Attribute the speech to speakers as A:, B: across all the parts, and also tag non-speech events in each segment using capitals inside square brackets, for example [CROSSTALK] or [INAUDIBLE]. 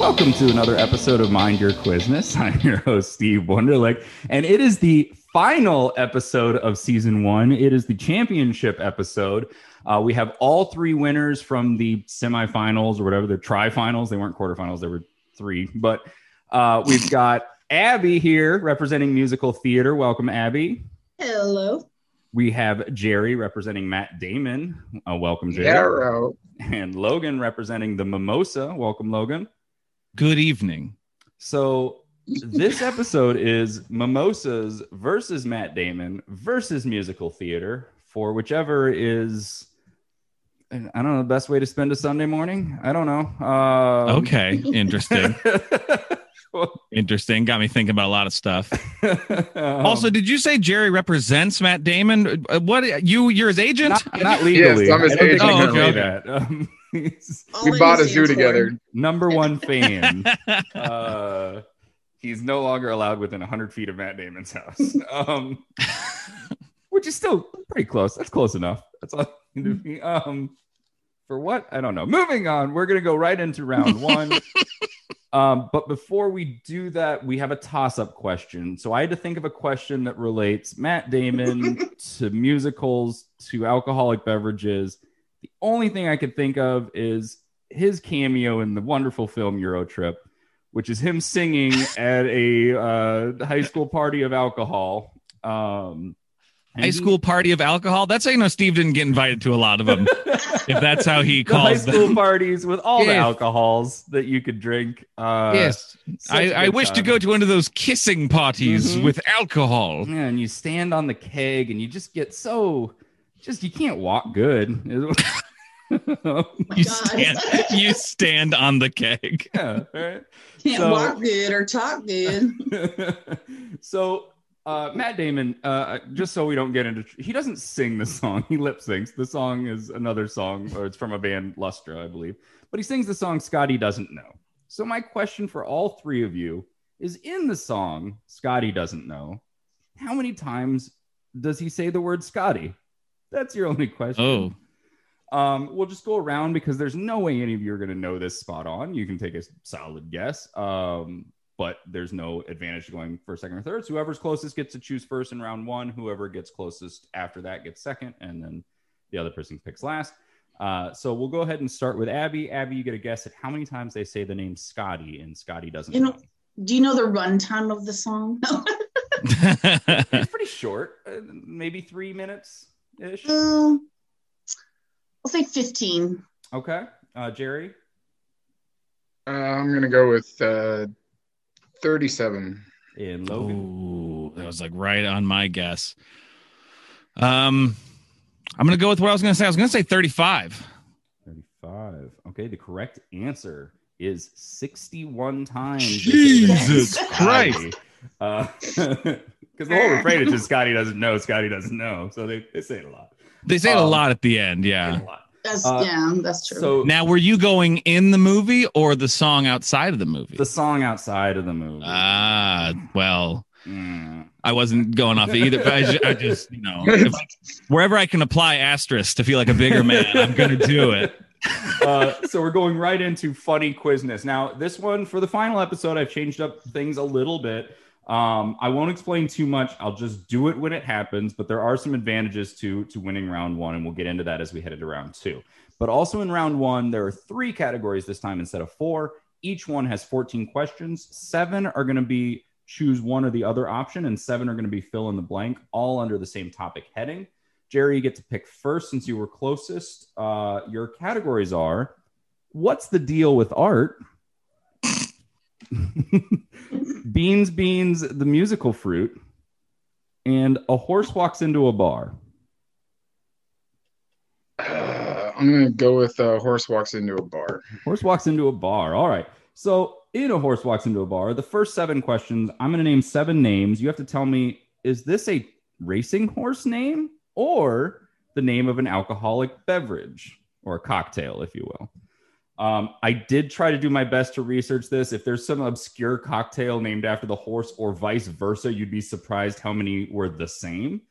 A: Welcome to another episode of Mind Your Quizness. [LAUGHS] I'm your host, Steve Wunderlich, and it is the final episode of season one. It is the championship episode. Uh, we have all three winners from the semifinals or whatever, the tri-finals. They weren't quarterfinals, they were three. But uh, we've got Abby here representing musical theater. Welcome, Abby.
B: Hello.
A: We have Jerry representing Matt Damon. Uh, welcome, Jerry.
C: Yarrow.
A: And Logan representing the Mimosa. Welcome, Logan.
D: good evening.
A: So this episode is Mimosas versus Matt Damon versus musical theater for whichever is I don't know the best way to spend a Sunday morning. I don't know. Um, [LAUGHS]
D: Okay, interesting. interesting. Got me thinking about a lot of stuff.
A: Um,
D: also, did you say Jerry represents Matt Damon? Uh, What you you're his agent?
A: not, not legally.
C: I'm his
A: I don't think
C: agent.
A: I can
D: Oh,
A: say
D: okay,
A: that. [LAUGHS] Um, he's
B: All
C: We
B: in
C: bought a
B: stands
C: zoo
B: for-
C: together.
A: number one fan. uh, he's no longer allowed within 100 feet of Matt Damon's [LAUGHS] house, um, which is still pretty close. That's close enough. That's all. you can [LAUGHS] do. Um, for what? I don't know. Moving on, we're going to go right into round
D: [LAUGHS]
A: one. um, but before we do that, we have a toss up question. So I had to think of a question that relates Matt
D: [LAUGHS]
A: Damon to musicals, to alcoholic beverages. The only thing I could think of is his cameo in the wonderful film Euro Trip, which is him singing at a uh, high school party of alcohol. Um, and
D: High
A: he-
D: school party of alcohol. That's how you know Steve didn't get invited to a lot of them. if that's how [LAUGHS]
A: [LAUGHS]
D: he
A: the high
D: calls
A: school
D: them.
A: parties with all the
D: Yes.
A: alcohols that you could drink. Uh,
D: [LAUGHS] yes,
A: such
D: I,
A: a
D: I
A: good
D: wish to
A: time.
D: go to one of those kissing parties
A: Mhm.
D: with alcohol.
A: Yeah, and you stand on the keg and you just get so just you can't walk good. [LAUGHS]
B: Oh my
D: You
B: God.
D: stand, you stand on the keg.
A: yeah, right.
B: Can't
A: so-
B: walk good or talk good.
A: [LAUGHS] so uh, Matt Damon, uh, just so we don't get into, he doesn't sing the song. [LAUGHS] He lip syncs. The song is another song, or it's from a band, Lustra, I believe. But he sings the song Scotty doesn't know. So my question for all three of you is: In the song Scotty doesn't know, how many times does he say the word Scotty? That's your only question. [LAUGHS]
D: Oh,
A: Um, we'll just go around because there's no way any of you are going to know this spot on. You can take a solid guess, um, but there's no advantage to going first, second, or third. So whoever's closest gets to choose first in round one. Whoever gets closest after that gets second, and then the other person picks last. Uh, so we'll go ahead and start with Abby. Abby, you get a guess at how many times they say the name Scotty, and Scotty doesn't
B: You know-
A: know.
B: Do you know the runtime of the song? [LAUGHS]
A: It's pretty short, uh, maybe three minutes ish.
C: Mm.
B: Um, I'll say 15.
A: Okay, uh, Jerry.
C: Uh, I'm gonna go with uh, 37.
A: And Logan.
D: Ooh, that was like right on my guess. Um, I'm gonna go with what I was gonna say. I was gonna say 35.
A: 35. Okay, the correct answer is 61 times.
D: Jesus
A: [LAUGHS] Christ. Because Uh, the whole refrain is just Scotty doesn't know, Scotty doesn't know. So they, they say it a lot.
D: They say it a
A: Um,
D: lot at the end.
A: They say
D: Yeah.
A: it a lot.
B: That's
A: Uh,
B: yeah, that's true.
A: So
D: Now, were you going in the movie or the song outside of the movie?
A: the song outside of the movie.
D: Ah, well,
A: Mm.
D: I wasn't going off either. But I just, I just
A: [LAUGHS]
D: you know, if I- wherever I can apply asterisk to feel like a bigger man, I'm gonna do it.
A: [LAUGHS] uh, so we're going right into funny quizness. Now, this one for the final episode, I've changed up things a little bit. Um, I won't explain too much. I'll just do it when it happens. But there are some advantages to to winning round one, and we'll get into that as we head into round two. But also in round one, there are three categories this time instead of four. Each one has 14 questions. Seven are going to be choose one or the other option, and seven are going to be fill in the blank, all under the same topic heading. Jerry, you get to pick first since you were closest. Uh, your categories are What's the deal with art? [LAUGHS] Beans, Beans, the musical fruit, and A Horse Walks Into a Bar.
C: Uh, I'm gonna go with uh, horse walks into a bar.
A: Horse Walks Into a Bar. All right. So, in A Horse Walks Into a Bar, the first seven questions, I'm going to name seven names. You have to tell me is this a racing horse name or the name of an alcoholic beverage or a cocktail, if you will? Um, I did try to do my best to research this. If there's some obscure cocktail named after the horse or vice versa, you'd be surprised how many were the same.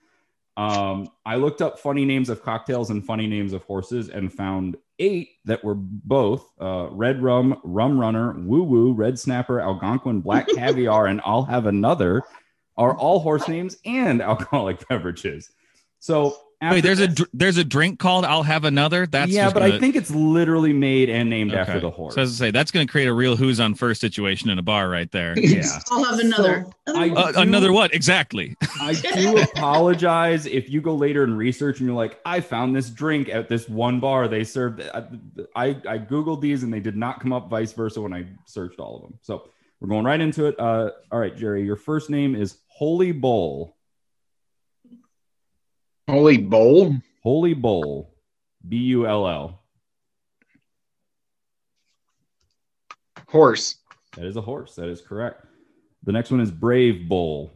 A: Um, I looked up funny names of cocktails and funny names of horses and found eight that were both uh, Red Rum, Rum Runner, Woo Woo, Red Snapper, Algonquin, Black Caviar, and I'll Have Another are all horse names and [LAUGHS] alcoholic beverages. So after
D: Wait, there's a
A: this-
D: dr- there's a drink called I'll have another. That's
A: yeah,
D: just
A: but I
D: gonna-
A: think it's literally made and named after
D: Okay.
A: the horse.
D: So as I say, that's going to create a real who's on first situation in a bar right there.
A: yeah.
B: I'll have another.
A: So,
B: Another
A: I-
B: one.
D: Uh, another what exactly?
A: I do apologize if you go later and research and you're like, I found this drink at this one bar they served. I, I, I Googled these and they did not come up vice versa when I searched all of them. So we're going right into it. Uh, all right, Jerry, your first name is Holy Bowl.
C: Holy bowl.
A: Holy Bowl. B U L L.
C: Horse.
A: That is a horse. That is correct. The next one is Brave Bowl.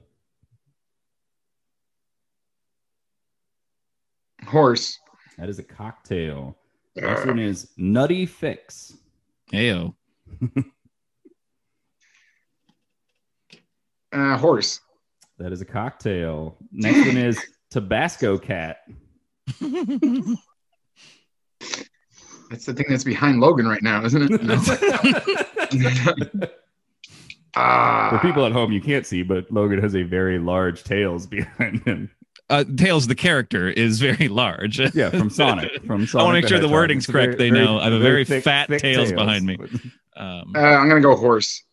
C: Horse.
A: That is a cocktail. The next
C: Uh,
A: one is Nutty Fix.
D: [LAUGHS] [LAUGHS] Ayo.
C: uh, horse.
A: That is a cocktail. Next one is Tabasco Cat.
C: That's the thing that's behind Logan right
A: [LAUGHS]
C: now, isn't it? No. [LAUGHS] Ah.
A: For people at home, you can't see, but Logan has a very large tails [LAUGHS] behind him.
D: Uh, Tails, the character, is very large.
A: Yeah, from
D: [LAUGHS]
A: Sonic. From Sonic
D: I wanna make sure the
A: Hedgehog.
D: wording's
A: It's a
D: correct. They know. I have a very fat tails behind me. Um,
C: Uh, I'm gonna go horse.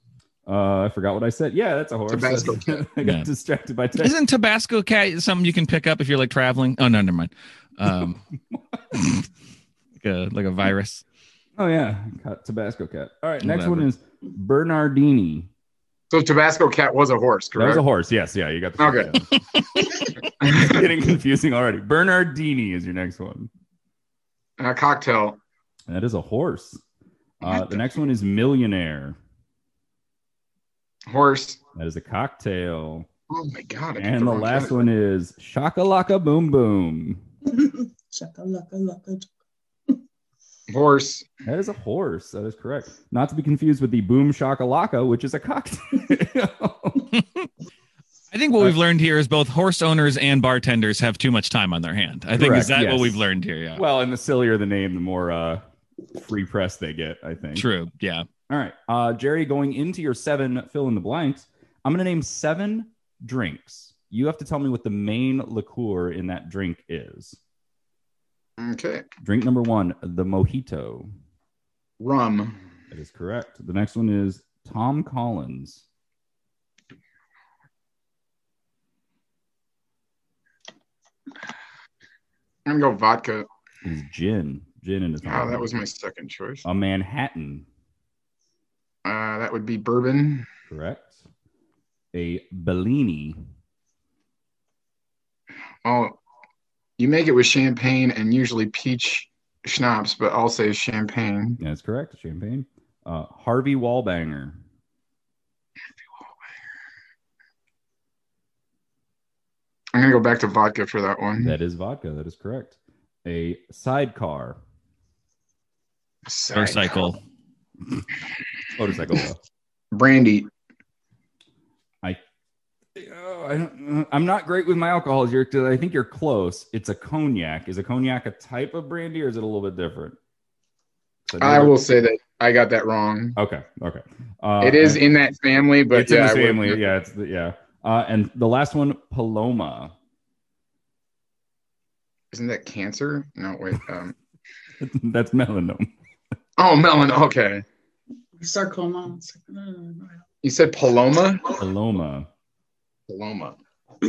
A: Uh, I forgot what I said. Yeah, that's a horse.
C: Tabasco cat.
A: [LAUGHS] I got
D: Yeah.
A: distracted by tails.
D: isn't Tabasco cat something you can pick up if you're like traveling? Oh no, never mind. [LAUGHS] Um, like a like a virus.
A: Oh yeah, got Tabasco cat. All right, next
D: Whatever.
A: one is Bernardini.
C: So Tabasco cat was a horse,
A: That was
C: correct?
A: a horse. Yes, yeah, you got the [LAUGHS]
C: Okay.
A: It's getting confusing already. Bernardini is your next one.
C: [LAUGHS] a cocktail.
A: That is a horse. Uh, the next one is millionaire.
C: Horse.
A: That is a cocktail.
C: Oh my god. I got
A: And the
C: wrong
A: last
C: category.
A: one is Shakalaka Boom Boom.
B: Shakalaka-laka.
C: Horse.
A: That is a horse. That is correct. Not to be confused with the Boom Shakalaka, which is a cocktail. [LAUGHS]
D: I think what we've learned here is both horse owners and bartenders have too much time on their hand. I think
A: Correct,
D: is that
A: yes.
D: what we've learned here? Yeah.
A: well, and the sillier the name, the more uh, free press they get, I think.
D: True. Yeah.
A: All right. Uh, Jerry, going into your seven fill in the blanks, I'm going to name seven drinks. You have to tell me what the main liqueur in that drink is.
C: Okay.
A: Drink number one, the mojito.
C: Rum.
A: That is correct. The next one is Tom Collins.
C: I'm gonna go vodka.
A: It is gin. Gin and a Tom
C: Oh, that
A: Collins.
C: was my second choice.
A: a Manhattan,
C: Uh, that would be bourbon.
A: correct? A Bellini.
C: Oh, you make it with champagne and usually peach schnapps, but I'll say champagne.
A: That's correct. Champagne. Uh, Harvey Wallbanger.
C: I'm gonna go back to vodka for that one.
A: That is vodka. That is correct. A sidecar.
C: Sorry.
D: Motorcycle.
C: [LAUGHS]
A: Motorcycle. though.
C: Brandy.
A: Oh, I don't, I'm not great with my alcohols. You're, I think you're close. It's a cognac. Is a cognac a type of brandy or is it a little bit different? So
C: I will say that I got that wrong.
A: Okay. Okay. Uh,
C: it is
A: and-
C: in that family, but
A: it's
C: yeah,
A: in the
C: I wouldn't-
A: family. Yeah. It's the, yeah. Uh, and the last one, Paloma.
C: Isn't that cancer? No, wait. Um,
A: That's melanoma.
C: oh, melon. Okay,
B: [LAUGHS] Sarcoma. Sarcoma.
C: you said Paloma.
A: Paloma.
C: Paloma. [CLEARS THROAT]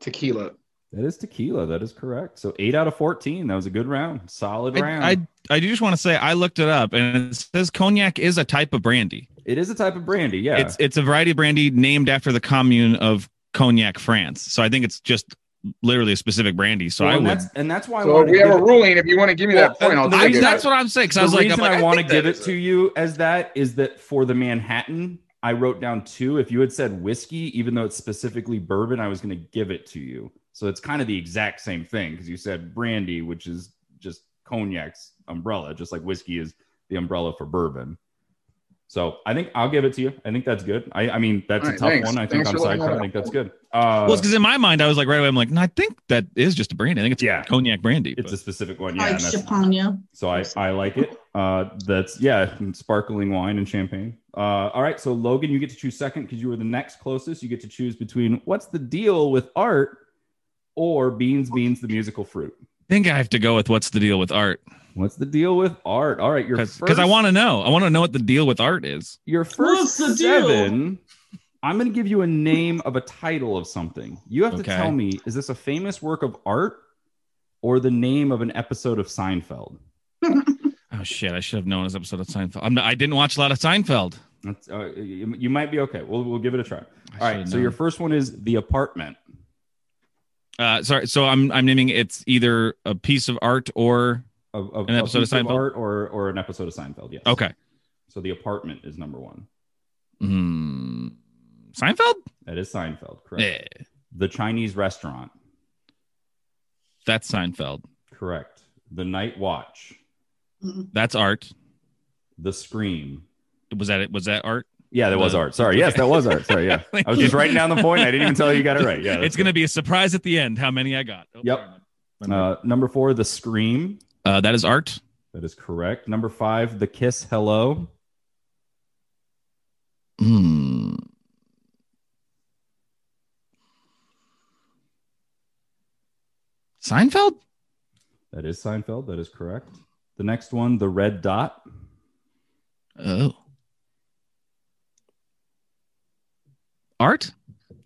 C: Tequila.
A: That is tequila. That is correct. So eight out of fourteen. That was a good round. Solid round.
D: I, I I do just want to say I looked it up and it says cognac is a type of brandy.
A: it is a type of brandy. Yeah.
D: It's it's a variety of brandy named after the commune of Cognac, France. So I think it's just literally a specific brandy. So
A: Well,
D: I
A: and
D: would.
A: that's, and that's why I
C: So
A: wanted
C: we
A: to
C: have a
A: give-
C: ruling. If you want to give me that
A: Well,
C: point, I'll
A: the
D: I,
C: take
A: reason-
C: it.
D: that's what I'm saying because I was
A: the
D: like, I'm
A: reason
D: like,
A: I, want to
C: think that
A: give it
C: is
A: to
C: it.
A: you as that is that for the Manhattan, I wrote down two. If you had said whiskey, even though it's specifically bourbon, I was going to give it to you. So it's kind of the exact same thing because you said brandy, which is just cognac's umbrella, just like whiskey is the umbrella for bourbon. So I think I'll give it to you. I think that's good. I, I mean, that's
C: All
A: a
C: right,
A: tough
C: thanks.
A: one. I think
C: Thanks
A: on
C: for letting
A: side.
C: me
A: I
C: know.
A: think that's good. Uh,
D: well, it's because in my mind, I was like right away, I'm like, no, I think that is just a brandy. I think it's
A: Yeah.
D: cognac brandy.
A: it's a
D: but-
A: specific one. Yeah.
B: Like
A: and that's-
B: Champagne.
A: so I, I like it. Uh, that's yeah, and sparkling wine and champagne. Uh, all right. So Logan, you get to choose second because you were the next closest. You get to choose between what's the deal with art or beans, beans, the musical fruit.
D: I think I have to go with what's the deal with art
A: What's the deal with art? All right, your
D: because
A: first-
D: I want to know. I want to know what the deal with art is.
A: your first
B: What's the deal?
A: seven. I'm going to give you a name of a title of something. You have to
D: Okay.
A: tell me: is this a famous work of art or the name of an episode of Seinfeld?
D: Oh shit! I should have known this episode of Seinfeld. I'm not, I didn't watch a lot of Seinfeld.
A: That's, uh, you you might be okay. We'll we'll give it a try.
D: I
A: All
D: should
A: right.
D: have
A: So
D: known.
A: your first one is the apartment.
D: uh, sorry. So I'm I'm naming it's either a piece of art or
A: Of, of
D: An
A: a
D: episode of
A: piece
D: Seinfeld?
A: art or or an episode of Seinfeld. Yes.
D: okay.
A: So the apartment is number one.
D: Hmm. Seinfeld.
A: That is Seinfeld. Correct.
D: Yeah,
A: The Chinese restaurant.
D: that's Seinfeld.
A: Correct. The night watch.
D: That's art.
A: The scream.
D: Was that it? Was that art?
A: Yeah, that was
D: The-
A: art. Sorry. Yes, that was art. Sorry. Yeah.
D: [LAUGHS] Thank
A: I was just
D: you.
A: writing down the point. I didn't even tell you you got it right. Yeah.
D: it's gonna be a surprise at the end how many I got. Oh,
A: Yep.
D: never mind.
A: to uh, number four, the scream.
D: Uh, that is art.
A: That is correct. Number five, the kiss hello.
D: Hmm. Seinfeld.
A: That is Seinfeld. That is correct. The next one, the red dot.
D: Oh. Art.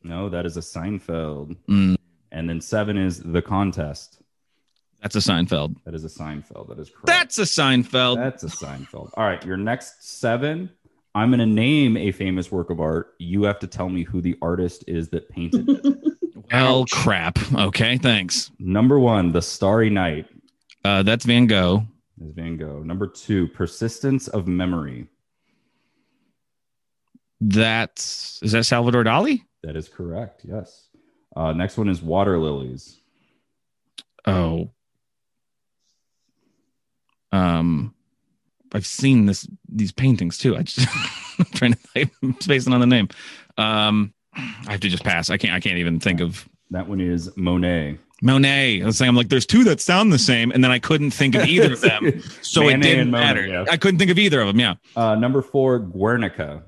A: No, that is a Seinfeld.
D: Hmm.
A: And then seven is the contest.
D: That's a Seinfeld.
A: That is a Seinfeld. That is correct.
D: That's a Seinfeld.
A: That's a Seinfeld. All right, your next seven. I'm going to name a famous work of art. You have to tell me who the artist is that painted it.
D: [LAUGHS] well,
C: Ouch.
D: crap. Okay, thanks.
A: Number one, The Starry Night
D: Uh, that's Van Gogh.
A: is Van Gogh. Number two, Persistence of Memory.
D: That's is that Salvador Dali?
A: That is correct. Yes. Uh, next one is Water Lilies.
D: Oh. Um I've seen this these paintings too. I just [LAUGHS] I'm trying to I'm spacing on the name. Um I have to just pass. I can't I can't even think of
A: That one is
D: [LAUGHS]
A: Monet.
D: Monet. I was saying I'm like there's two that sound the same and then I couldn't think of either
A: [LAUGHS]
D: of them. So it
A: Manet
D: didn't
A: and Monet,
D: matter.
A: yeah.
D: I couldn't think of either of them, yeah.
A: Uh, number four, Guernica.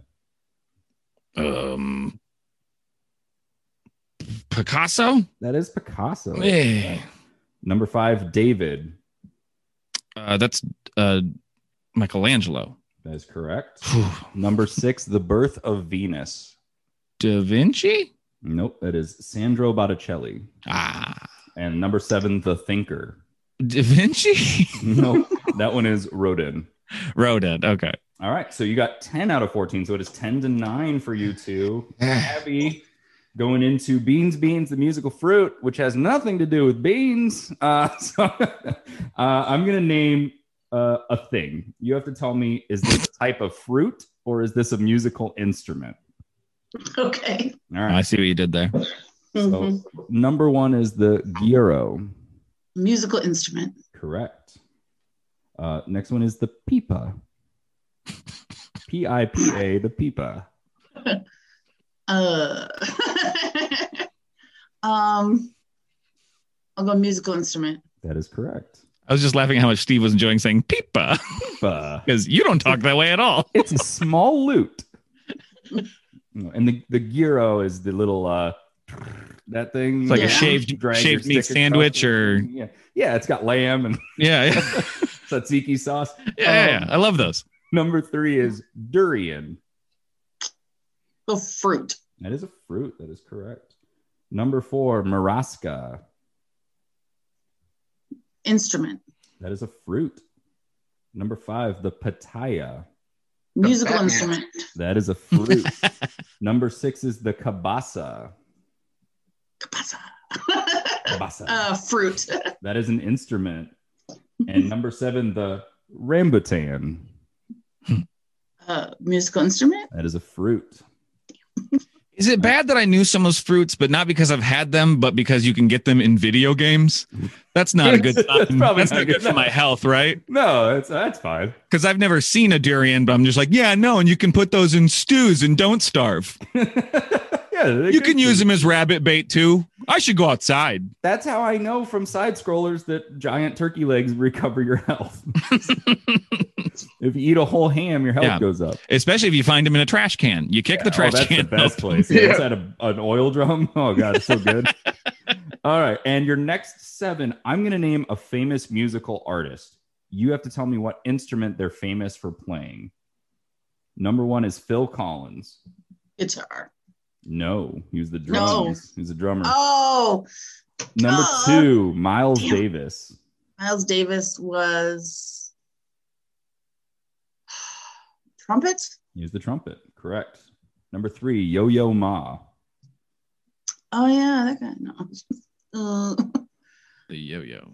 D: Um Picasso?
A: That is Picasso.
D: Eh.
A: Number five, David.
D: Uh, that's uh, Michelangelo.
A: That is correct. Number six, The Birth of Venus.
D: da Vinci?
A: Nope, that is Sandro Botticelli.
D: Ah,
A: And number seven, The Thinker. [LAUGHS]
D: Da Vinci? [LAUGHS]
A: Nope, that one is Rodin.
D: Rodin. Okay.
A: All right, so you got 10 out of 14. So it is 10 to 9 for you two.
C: Yeah.
A: Abby going into Beans, Beans, the musical fruit, which has nothing to do with beans. Uh, [LAUGHS] so uh, I'm going to name uh, a thing. You have to tell me is this a type of fruit or is this a musical instrument?
B: Okay.
A: All right.
D: I see what you did there.
B: Mhm.
A: So number one is the gyro.
B: [LAUGHS] Musical instrument.
A: Correct. Uh, next one is the pipa. P I P A, the pipa.
B: Uh, [LAUGHS] um, I'll go musical instrument.
A: That is correct.
D: I was just laughing at how much Steve was enjoying saying [LAUGHS] pipa
A: Pipa.
D: because you don't talk that way at all.
A: It's a small lute. And the, the gyro is the little uh that thing.
D: It's like
B: Yeah.
D: a shaved
A: Drag your
D: shaved meat
A: stick across
D: sandwich
A: it.
D: or
A: yeah. Yeah, it's got lamb and [LAUGHS]
D: yeah, yeah,
A: tzatziki sauce.
D: [LAUGHS] yeah, yeah. I love those.
A: Number three is durian.
B: Go fruit.
A: That is a fruit. That is correct. Number four, marasca.
B: Instrument.
A: That is a fruit. Number five, the pataya.
B: Musical
C: Batman.
B: instrument.
A: That is a
D: [LAUGHS]
A: fruit. Number six is the kabasa.
B: [LAUGHS] Kapasa.
A: Kabasa.
B: uh, fruit.
A: that is an instrument. And number seven, the rambutan.
B: Uh, musical instrument.
A: That is a fruit.
D: Is it bad that I knew some of those fruits, but not because I've had them, but because you can get them in video games? That's not a [LAUGHS] good.
A: That's
D: sign.
A: probably
D: That's not good for my health, right?
A: No, that's that's fine. [LAUGHS]
D: Because I've never seen a durian, but I'm just like, yeah, no, and you can put those in stews and don't starve.
A: yeah, they
D: You
A: could
D: can
A: be.
D: use them as rabbit bait too. I should go outside.
A: That's how I know from side scrollers that giant turkey legs [LAUGHS] recover your
D: [LAUGHS]
A: health. if you eat a whole ham, your health
D: Yeah.
A: goes up.
D: especially if you find them in a trash can. You kick the
A: Oh,
D: trash
A: that's
D: can.
A: the best
D: [LAUGHS] open.
A: place. Yeah,
C: Yeah.
A: It's at a, an oil drum. [LAUGHS] Oh god, it's so good. All right, and your next seven, I'm gonna name a famous musical artist. You have to tell me what instrument they're famous for playing. Number one is Phil Collins.
B: Guitar.
A: No, he was the
B: No.
A: drums. He was a drummer.
B: Oh,
A: Number
B: uh,
A: two, Miles
B: damn.
A: Davis.
B: Miles Davis was [SIGHS] trumpet.
A: He was the trumpet. Correct. Number three, Yo Yo Ma.
B: Oh yeah, that guy. No. [LAUGHS] Uh,
D: The yo-yo,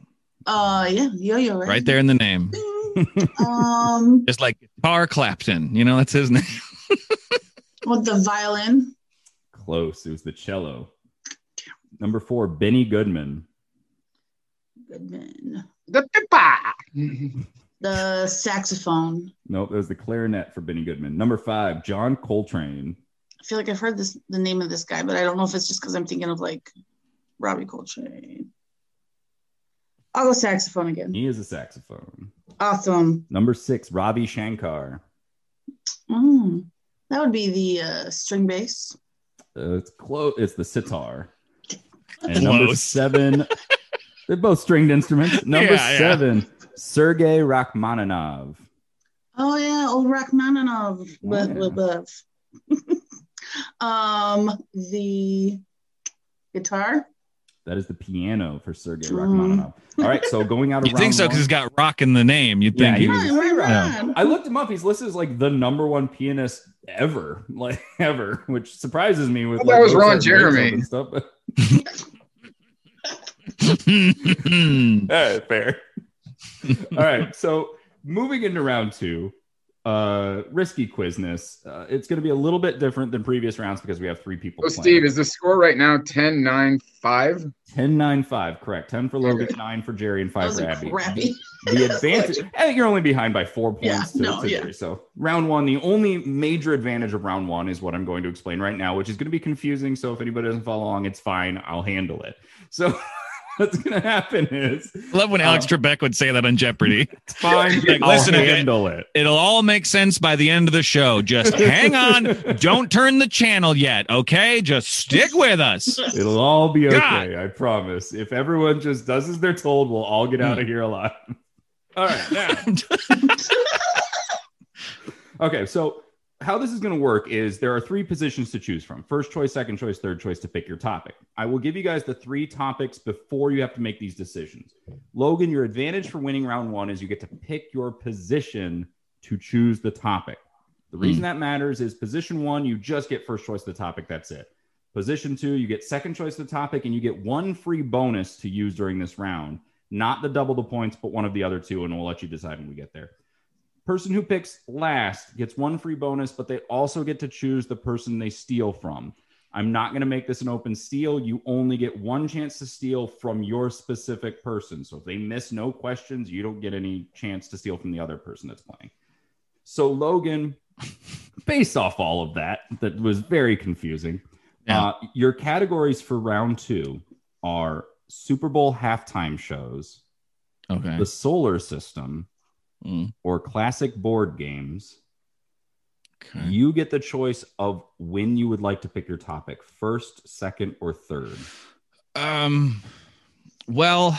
B: uh yeah, yo-yo. Right,
D: right there in the name.
B: [LAUGHS]
D: [LAUGHS]
B: um,
D: Just like Guitar Clapton, you know that's his name.
B: with the violin.
A: Close. It was the cello. Number four, Benny Goodman.
B: Goodman.
C: The pippa.
B: The saxophone.
A: Nope, it was the clarinet for Benny Goodman. Number five, John Coltrane.
B: I feel like I've heard this the name of this guy, but I don't know if it's just because I'm thinking of like Robbie Coltrane. I'll go saxophone again.
A: He is a saxophone.
B: Awesome.
A: Number six, Ravi Shankar.
B: Mm. That would be the uh, string bass.
A: Uh, it's close. It's the sitar. And number
D: Close. [LAUGHS]
A: seven, they're both stringed instruments. Number
D: Yeah, yeah.
A: seven, Sergei Rachmaninoff.
B: Oh yeah, old Rachmaninoff.
A: Yeah.
B: Buh, buh, buh. [LAUGHS] um, the guitar.
A: That is the piano for Sergei
B: Mm.
A: Rachmaninoff. All right, so going out of
D: [LAUGHS] You think
A: round
D: so?
A: one-
D: Because it's got rock in the name. You'd
A: Yeah,
D: think.
A: he
D: he-
A: was- Oh,
B: Right, right,
D: Yeah.
B: right.
A: I looked him up. He's listed as like the number one pianist ever, [LAUGHS] like ever, which surprises me. With
C: That
A: like,
C: was
A: Mozart
C: Ron
A: and Beethoven
C: Jeremy.
A: and stuff. [LAUGHS] All [LAUGHS]
D: Hmm.
A: right, Eh, fair. All right, so moving into round two, uh, risky quizness. Uh, it's going to be a little bit different than previous rounds because we have three people.
C: So,
A: playing.
C: Oh, Steve, is the score right now 10 9 5?
A: 10 9 5, correct? 10 for Logan,
C: [LAUGHS] Okay.
A: 9 for Jerry, and
B: That
A: 5
B: was
A: for Abby.
B: crappy. [LAUGHS]
A: the advantage. I think you're only behind by four
B: Yeah,
A: points to,
B: no,
A: to
B: yeah.
A: Jerry. So round one, the only major advantage of round one is what I'm going to explain right now, which is going to be confusing. So if anybody doesn't follow along, it's fine. I'll handle it. So [LAUGHS] what's going to happen is
D: [LAUGHS] Love when Alex
A: Oh.
D: Trebek would say that on Jeopardy.
A: it's fine.
D: Like,
A: I'll
D: listen, okay.
A: handle it.
D: It'll all make sense by the end of the
A: [LAUGHS]
D: show. Just hang on. Don't turn the channel yet. Okay, just stick with us.
A: It'll all be okay.
D: God.
A: I promise. If everyone just does as they're told, we'll all get out of here alive. all right. Now. [LAUGHS] Okay, so how this is going to work is there are three positions to choose from first choice, second choice, third choice to pick your topic. I will give you guys the three topics before you have to make these decisions. Logan, your advantage for winning round one is you get to pick your position to choose the topic. The reason that matters is position one, you just get first choice of the topic. That's it. Position two, you get second choice of the topic, and you get one free bonus to use during this round. Not the double the points, but one of the other two, and we'll let you decide when we get there. Person who picks last gets one free bonus, but they also get to choose the person they steal from. I'm not going to make this an open steal. You only get one chance to steal from your specific person. So if they miss no questions, you don't get any chance to steal from the other person that's playing. So, Logan, [LAUGHS] based off all of that, that was very confusing.
D: Yeah.
A: Uh, your categories for round two are Super Bowl halftime shows,
D: Okay.
A: the solar system,
D: Mm,
A: or classic board games.
D: okay.
A: You get the choice of when you would like to pick your topic first, second, or third.
D: Um, well,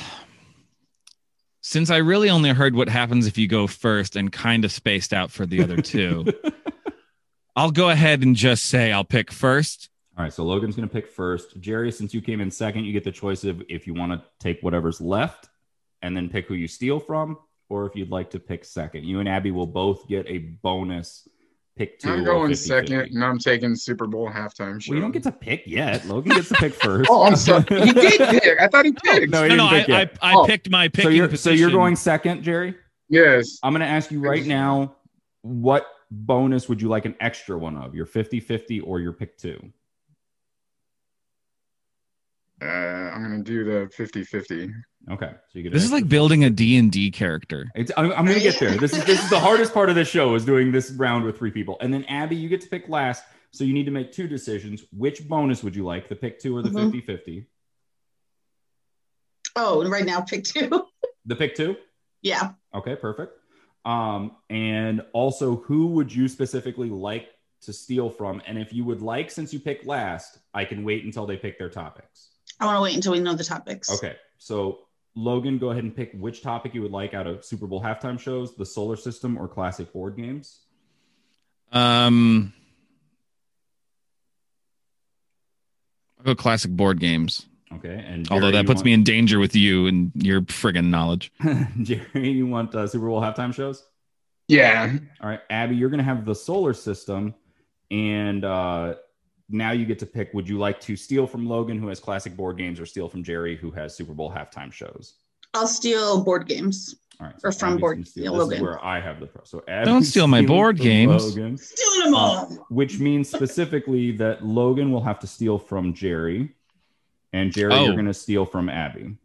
D: since I really only heard what happens if you go first and kind of spaced out for the other two, I'll go ahead and just say I'll pick first.
A: All right, so Logan's going to pick first. Jerry, since you came in second, you get the choice of if you want to take whatever's left and then pick who you steal from, or if you'd like to pick second. You and Abby will both get a bonus pick 2
C: I'm
A: or
C: going
A: 50-50.
C: second, and I'm taking Super Bowl halftime show.
A: Well, you don't get to pick yet. Logan gets to pick first.
C: Oh,
A: [LAUGHS]
C: I'm sorry. He did pick. I thought he picked.
A: Oh, no, he
D: no, no,
A: didn't
D: I,
A: pick
D: I,
A: yet.
D: I
C: Oh.
D: picked my picking
A: so you're
D: position.
A: so you're going second, Jerry.
C: Yes.
A: I'm going to ask you right now what bonus would you like an extra one of? Your 50 50 or your pick two?
C: Uh, I'm gonna do the 50-50.
A: Okay, so you get
D: This is like building a D&D character.
A: It's, I'm, I'm gonna get there. This is this is the hardest part of the show is doing this round with three people, and then Abby, you get to pick last. So you need to make two decisions. Which bonus would you like, the pick two or the
B: Mhm.
A: 50 50?
B: Oh, and right now pick two.
A: The pick two.
B: [LAUGHS] yeah.
A: Okay, perfect. Um, and also, who would you specifically like to steal from? And if you would like, since you picked last, I can wait until they pick their topics.
B: I want to wait until we know the topics.
A: Okay, so Logan, go ahead and pick which topic you would like out of Super Bowl halftime shows, the solar system, or classic board games.
D: Um I'll go classic board games.
A: Okay, and
D: Although
A: Jerry,
D: that
A: you
D: puts me
A: want-
D: in danger with you and your friggin' knowledge.
A: [LAUGHS] Jerry, you want uh, Super Bowl halftime shows?
C: Yeah.
A: All right, Abby, you're going to have the solar system, and uh, now you get to pick. Would you like to steal from Logan, who has classic board games, or steal from Jerry, who has Super Bowl halftime shows?
B: I'll steal board games.
A: All right,
B: Or from
A: Abby's
B: board-
A: gonna steal.
B: yeah,
A: This
B: Logan.
A: is where I have the pro. So
D: Don't
A: Abby's
D: steal my
A: stealing
D: board
A: from
D: games.
A: Logan,
B: Steal
A: Oh.
B: them all.
A: which means specifically that Logan will have to steal from Jerry, and Jerry,
D: Oh.
A: you're going to steal from Abby.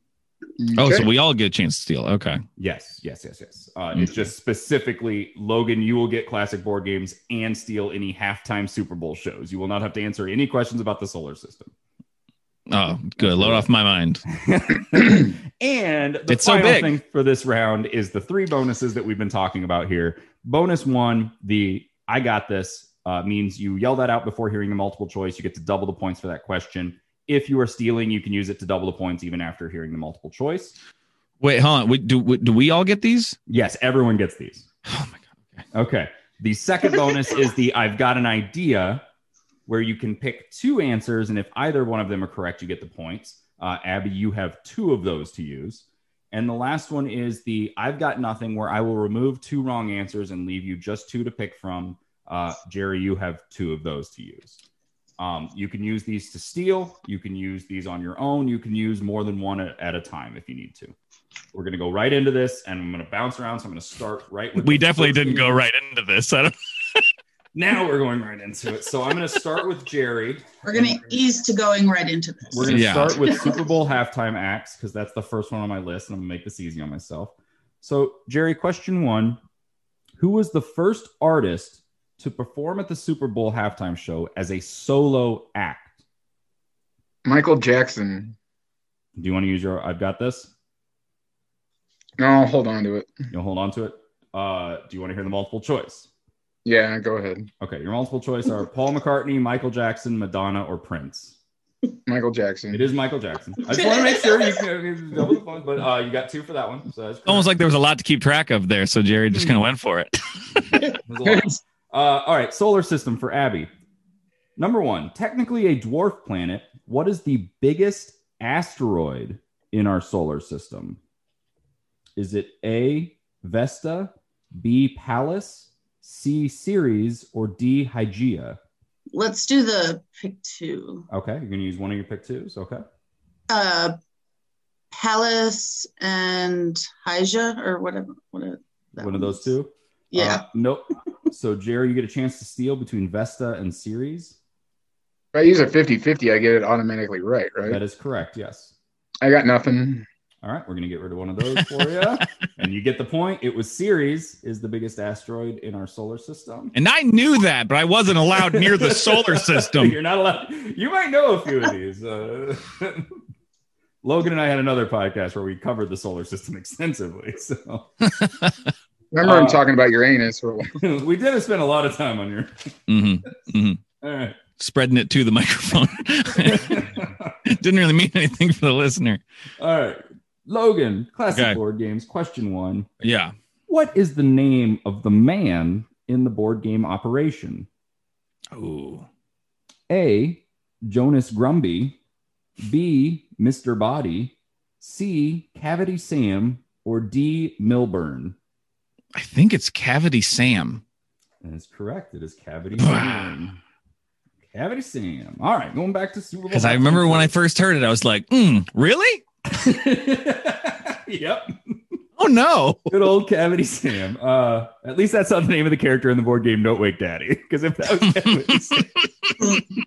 D: Oh,
C: Okay.
D: so we all get a chance to steal. Okay.
A: Yes, yes, yes, yes. Uh, It's just specifically Logan. You will get classic board games and steal any halftime Super Bowl shows. You will not have to answer any questions about the solar
D: [COUGHS]
A: system.
D: Oh, good. Load off my mind.
A: and the
D: It's so
A: final
D: big.
A: thing for this round is the three bonuses that we've been talking about here. Bonus one, the I got this uh, means you yell that out before hearing the multiple choice. You get to double the points for that question. If you are stealing, you can use it to double the points even after hearing the multiple choice.
D: Wait, hold on. We, do we, do we all get these?
A: Yes, everyone gets these.
D: Oh my god.
A: Okay. The second bonus is the I've got an idea, where you can pick two answers, and if either one of them are correct, you get the points. Uh, Abby, you have two of those to use. And the last one is the I've got nothing, where I will remove two wrong answers and leave you just two to pick from. Uh, Jerry, you have two of those to use. Um, you can use these to steal. You can use these on your own. You can use more than one a- at a time if you need to. We're going to go right into this and I'm going to bounce around. So I'm going to start right with.
D: We
A: the
D: definitely
A: first
D: didn't
A: one.
D: go right into this. I don't,
A: Now we're going right into it. So I'm going to start with Jerry.
B: We're gonna ease to going right into this.
A: We're going to
D: Yeah.
A: start with Super Bowl halftime acts because that's the first one on my list, and I'm going to make this easy on myself. So, Jerry, question one Who was the first artist to perform at the Super Bowl halftime show as a solo act?
C: Michael Jackson.
A: Do you want to use your I've got this?
C: No, I'll hold on to it.
A: You'll hold on to it. Uh, do you want to hear the multiple choice?
C: Yeah, go ahead.
A: Okay, your multiple choice are Paul McCartney, Michael Jackson, Madonna, or Prince.
C: Michael Jackson.
A: It is Michael Jackson. I just want to
B: [LAUGHS]
A: make sure you can double the point, but uh, you got two for that one. So that's
D: almost
A: correct.
D: like there was a lot to keep track of there, so Jerry just kind of went for it.
A: There's a lot. Uh, all right, solar system for Abby. Number one, technically a dwarf planet. What is the biggest asteroid in our solar system? Is it A, Vesta, B, Pallas, C, Ceres, or D, Hygeia?
B: Let's do the pick two.
A: Okay, you're going to use one of your pick twos. Okay.
B: Uh Palace and Hyja or whatever. What are that
A: one of those two.
B: Yeah.
A: Uh, nope. so, Jerry, you get a chance to steal between Vesta and Ceres.
C: If I use a 50-50, I get it automatically right,
A: That
C: right?
A: is correct. Yes.
C: I got nothing.
A: All right, we're gonna get rid of one of those for
D: [LAUGHS]
A: you, and you get the point. It was Ceres is the biggest asteroid in our solar system.
D: And I knew that, but I wasn't allowed near the solar system.
A: [LAUGHS]
D: [LAUGHS]
A: You're not allowed. You might know a few of these. Uh, [LAUGHS] Logan and I had another podcast where we covered the solar system extensively, [LAUGHS] so
C: Remember I'm
A: Uh,
C: talking about Uranus. or-
A: we did spend a lot of time on your.
D: hmm
A: All right. [LAUGHS]
D: Spreading it to the microphone [LAUGHS] didn't really mean anything for the listener.
A: All right, Logan. Classic
D: Okay.
A: board games. Question one:
D: Yeah,
A: What is the name of the man in the board game operation?
D: oh,
A: A. Jonas Grumby. B. Mr. Body. C. Cavity Sam. Or D. Milburn.
D: I think it's Cavity Sam.
A: That is correct. It is
D: [SIGHS]
A: Cavity Sam. Cavity Sam. All right, going back to Super Bowl.
D: Because I remember when I first heard it, I was like, mm, "Really?
A: [LAUGHS] yep.
D: Oh no!"
A: Good old Cavity Sam. Uh, at least that's not the name of the character in the board game Don't Wake Daddy. Because if that was Cavity Sam.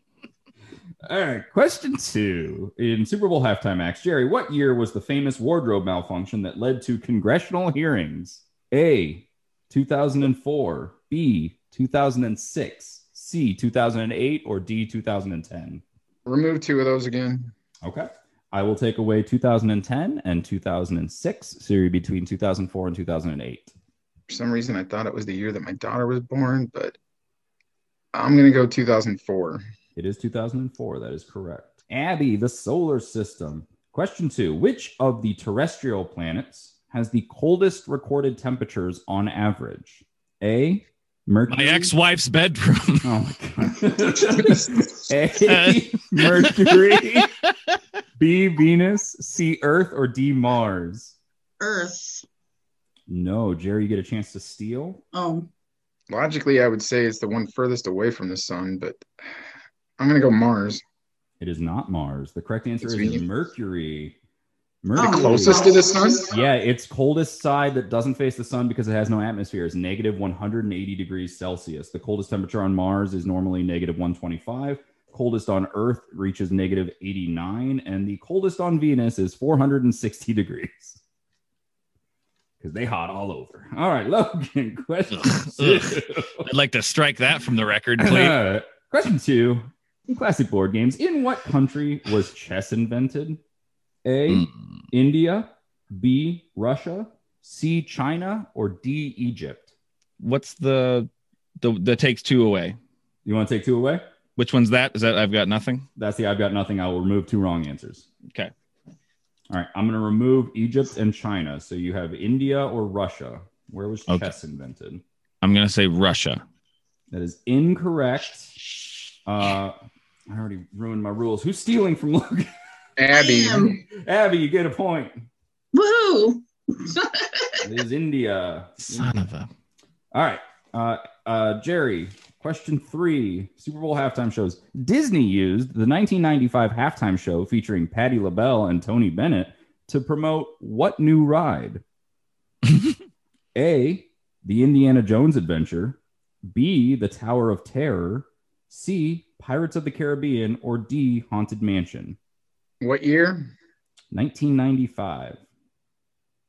A: All right. Question two. In Super Bowl halftime acts, Jerry, what year was the famous wardrobe malfunction that led to congressional hearings? A, 2004, B, 2006, C, 2008, or D, 2010?
C: Remove two of those again.
A: Okay. I will take away 2010 and 2006, so you're between 2004 and 2008.
C: For some reason, I thought it was the year that my daughter was born, but I'm going to go 2004.
A: It is 2004. That is correct. Abby, the solar system. Question two Which of the terrestrial planets has the coldest recorded temperatures on average? A. Mercury.
D: My ex wife's bedroom. [LAUGHS]
A: Oh my God. A. Mercury. B. Venus. C. Earth. Or D. Mars?
B: Earth.
A: No, Jerry, you get a chance to steal.
B: Oh,
C: Logically, I would say it's the one furthest away from the sun, but I'm going to go Mars.
A: It is not Mars. The correct answer
C: It's
A: is
C: Venus.
A: Mercury.
B: The
A: Mercury.
B: oh,
C: Closest to the sun?
A: Yeah, its coldest side that doesn't face the sun because it has no atmosphere is negative 180 degrees Celsius. The coldest temperature on Mars is normally negative 125. Coldest on Earth reaches negative 89, and the coldest on Venus is 460 degrees. Because they hot all over. All right, Logan. [LAUGHS] Question
D: Ugh,
A: two.
D: I'd like to strike that from the record, [LAUGHS] please.
A: [LAUGHS] Question two. in Classic board games. In what country was chess invented? A.
D: Mm.
A: India, B, Russia, C, China, or D, Egypt?
D: What's the the the takes two away?
A: You want to take two away?
D: Which one's that? Is that I've got nothing?
A: That's the I've got nothing. I will remove two wrong answers.
D: Okay.
A: All right. I'm going to remove Egypt and China. So you have India or Russia. Where was
D: Okay.
A: chess invented?
D: I'm gonna say Russia.
A: That is incorrect. Uh, I already ruined my rules. Who's stealing from Logan? [LAUGHS]
C: Abby.
B: Damn.
A: Abby, you get a point.
B: woohoo! [LAUGHS]
A: It is India.
D: Son of a
A: All right. Uh, uh, Jerry, question three Super Bowl halftime shows. Disney used the 1995 halftime show featuring Patti LaBelle and Tony Bennett to promote what new ride? A, the Indiana Jones Adventure, B, the Tower of Terror, C, Pirates of the Caribbean, or D, Haunted Mansion.
C: What year?
A: 1995,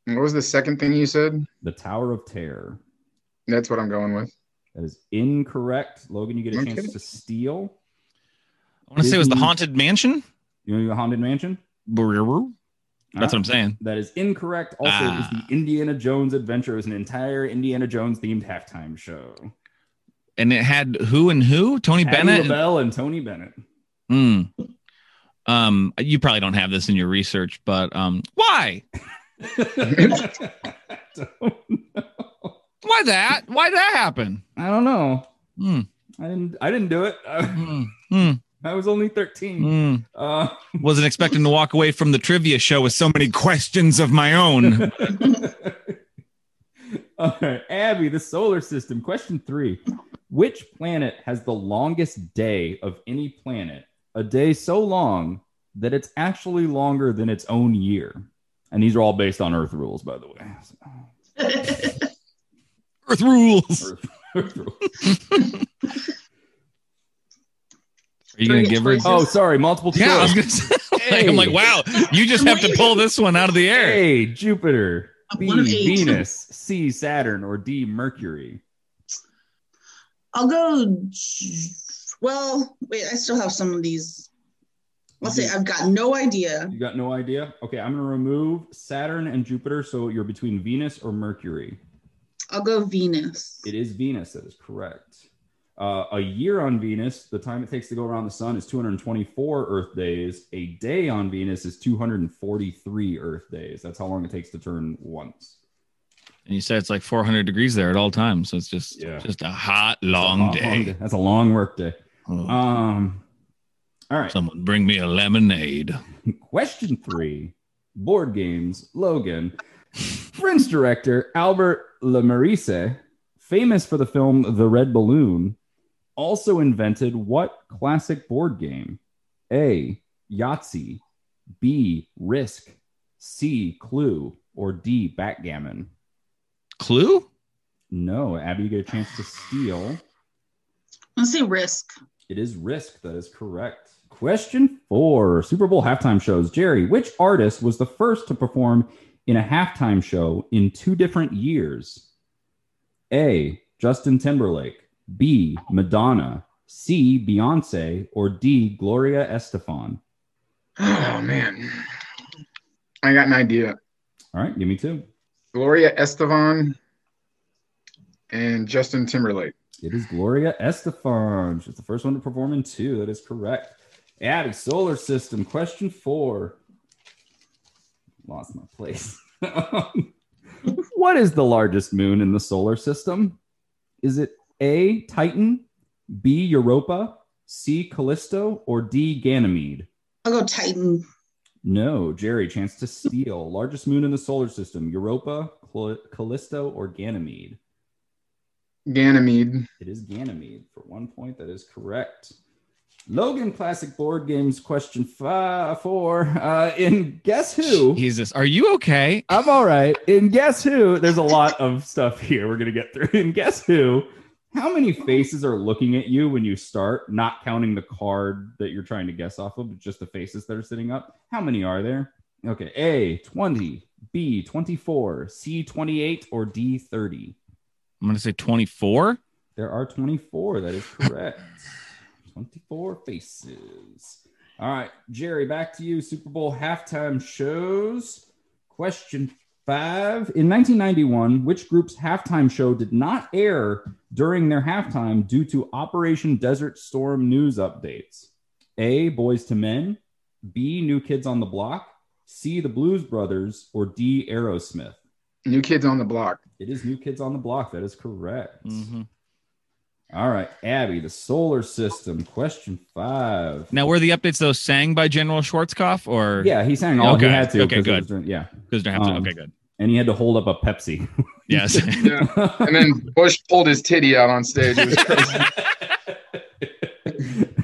C: What was the second thing you said?
A: the Tower of Terror.
C: That's what I'm going with.
A: That is incorrect. Logan, you get a
C: No
A: chance
C: kidding.
A: to steal.
D: I want to say it was the
A: Disney-
D: haunted mansion.
A: You know, the Haunted Mansion.
D: That's what I'm saying.
A: That is incorrect. Also, it was
D: Ah.
A: the Indiana Jones Adventure. It was an entire Indiana Jones themed halftime show.
D: And it had who and who? Tony
A: Patti
D: Bennett. and-
A: LaBelle and Tony
D: [LAUGHS]
A: Bennett. [LAUGHS]
D: Mm. Um, you probably don't have this in your research, but um, why?
A: I don't-
D: Why that? Why did that happen?
A: I don't know.
D: Mm,
A: I didn't. I didn't do it. [LAUGHS] I,
D: mm, mm,
A: I was only thirteen.
D: mm.
A: Uh,
D: Wasn't expecting to walk away from the trivia show with so many questions of my [LAUGHS] own.
A: [LAUGHS] all right, Abby, the solar system. Question three: Which planet has the longest day of any planet? A day so long that it's actually longer than its own year. And these are all based on Earth rules, by the
D: [LAUGHS]
A: way.
D: Earth rules.
A: Earth- Earth rules.
D: Are you gonna give her?
A: oh, sorry, multiple choice.
D: yeah. I was gonna say, like, I'm like, wow. You just have to pull this one out of the air.
A: A, Jupiter.
B: I'm
A: B,
B: one of eight.
A: Venus. C, Saturn. Or D, Mercury.
B: I'll go. J- Well, wait, I still have some of these. Let's say I've got no idea.
A: You got no idea? Okay, I'm going to remove Saturn and Jupiter. So you're between Venus or Mercury.
B: I'll go Venus.
A: It is Venus. That is correct. Uh, a year on Venus, the time it takes to go around the sun is 224 Earth days. A day on Venus is 243 Earth days. That's how long it takes to turn once.
D: And you said it's like 400 degrees there at all times, so it's just
A: Yeah.
D: just a hot long
A: That's a
D: day.
A: That's a long work day.
D: Oh,
A: Um, all right.
D: someone bring me a lemonade.
A: Question three board games. Logan, French director Albert Lemarise, famous for the film The Red Balloon, also invented what classic board game? A. Yahtzee, B. Risk, C. Clue, or D. Backgammon?
D: Clue?
A: No, Abby, you get a chance to steal.
B: Let's say risk.
A: It is Risk. That is correct. Question four Super Bowl halftime shows. Jerry, which artist was the first to perform in a halftime show in two different years? A. Justin Timberlake, B. Madonna, C. Beyonce, or D. Gloria Estefan?
C: Oh man, I got an idea.
A: All right, give me two.
C: Gloria Estefan and Justin Timberlake.
A: It is Gloria Estefan. She's the first one to perform in two. That is correct. Abby, solar system. Question four. Lost my place. [LAUGHS] what is the largest moon in the solar system? Is it A, Titan, B, Europa, C, Callisto, or D, Ganymede?
B: I'll go Titan.
A: No, Jerry, chance to steal. Largest moon in the solar system, Europa, Cl- Callisto, or Ganymede?
C: Ganymede.
A: It is Ganymede for one point. That is correct. Logan Classic Board Games question five, four. Uh, in Guess Who?
D: Jesus, are you okay?
A: I'm all right. In Guess Who? There's a lot of stuff here we're going to get through. In Guess Who? How many faces are looking at you when you start, not counting the card that you're trying to guess off of, but just the faces that are sitting up? How many are there? Okay. A, 20, B, 24, C, 28, or D, 30?
D: I'm going to say 24.
A: There are 24. That is correct. 24 faces. All right, Jerry, back to you. Super Bowl halftime shows. Question five. In 1991, which group's halftime show did not air during their halftime due to Operation Desert Storm news updates? A, Boys to Men, B, New Kids on the Block, C, The Blues Brothers, or D, Aerosmith?
C: New Kids on the Block.
A: It is New Kids on the Block. That is correct.
D: Mhm.
A: All right, Abby, the solar system. Question five.
D: Now, were the updates those sang by General Schwarzkopf or?
A: Yeah, he sang all
D: Okay,
A: he had to.
D: okay,
A: 'cause it
D: good.
A: was during- yeah,
D: Because they're halftime.
A: Um,
D: okay, good.
A: and he had to hold up a Pepsi. [LAUGHS]
D: [LAUGHS] Yes.
C: Yeah. and then Bush pulled his titty out on stage.
A: [LAUGHS]
C: It was crazy.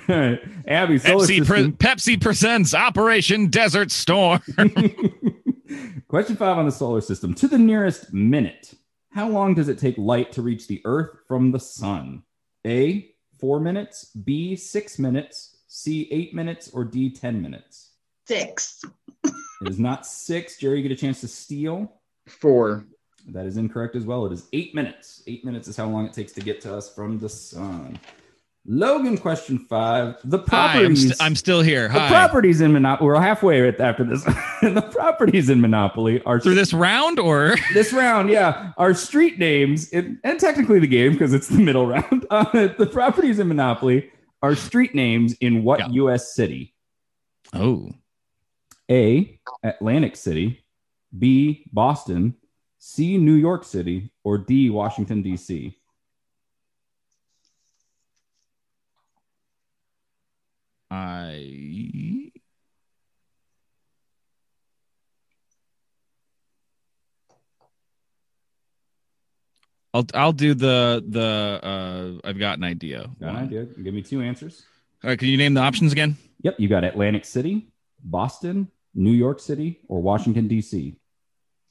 A: all right, Abby, solar
D: Pepsi, pre-
A: system.
D: Pepsi presents Operation Desert Storm.
A: [LAUGHS] Question five on the solar system. To the nearest minute, how long does it take light to reach the Earth from the sun? A, four minutes. B, six minutes. C, eight minutes. Or D, 10 minutes?
B: Six.
A: It is not six. Jerry, you get a chance to steal.
C: Four.
A: That is incorrect as well. It is eight minutes. Eight minutes is how long it takes to get to us from the sun. Logan, question five. The
D: Hi, I'm,
A: properties.
D: st- I'm still here.
A: the
D: Hi.
A: properties in Monopoly. We're halfway at- after this. [LAUGHS] the properties in Monopoly are
D: Through this round or?
A: [LAUGHS] this round, yeah, are street names, and and technically the game because it's the middle [LAUGHS] round. Uh, the properties in Monopoly are street names in what
D: Yeah.
A: U.S. city?
D: Oh.
A: A. Atlantic City, B. Boston, C. New York City, or D. Washington D.C.
D: I. I'll I'll do the the uh I've got an idea.
A: Got an idea? Give me two answers.
D: All right, can you name the options again?
A: Yep, you got Atlantic City, Boston, New York City, or Washington D.C.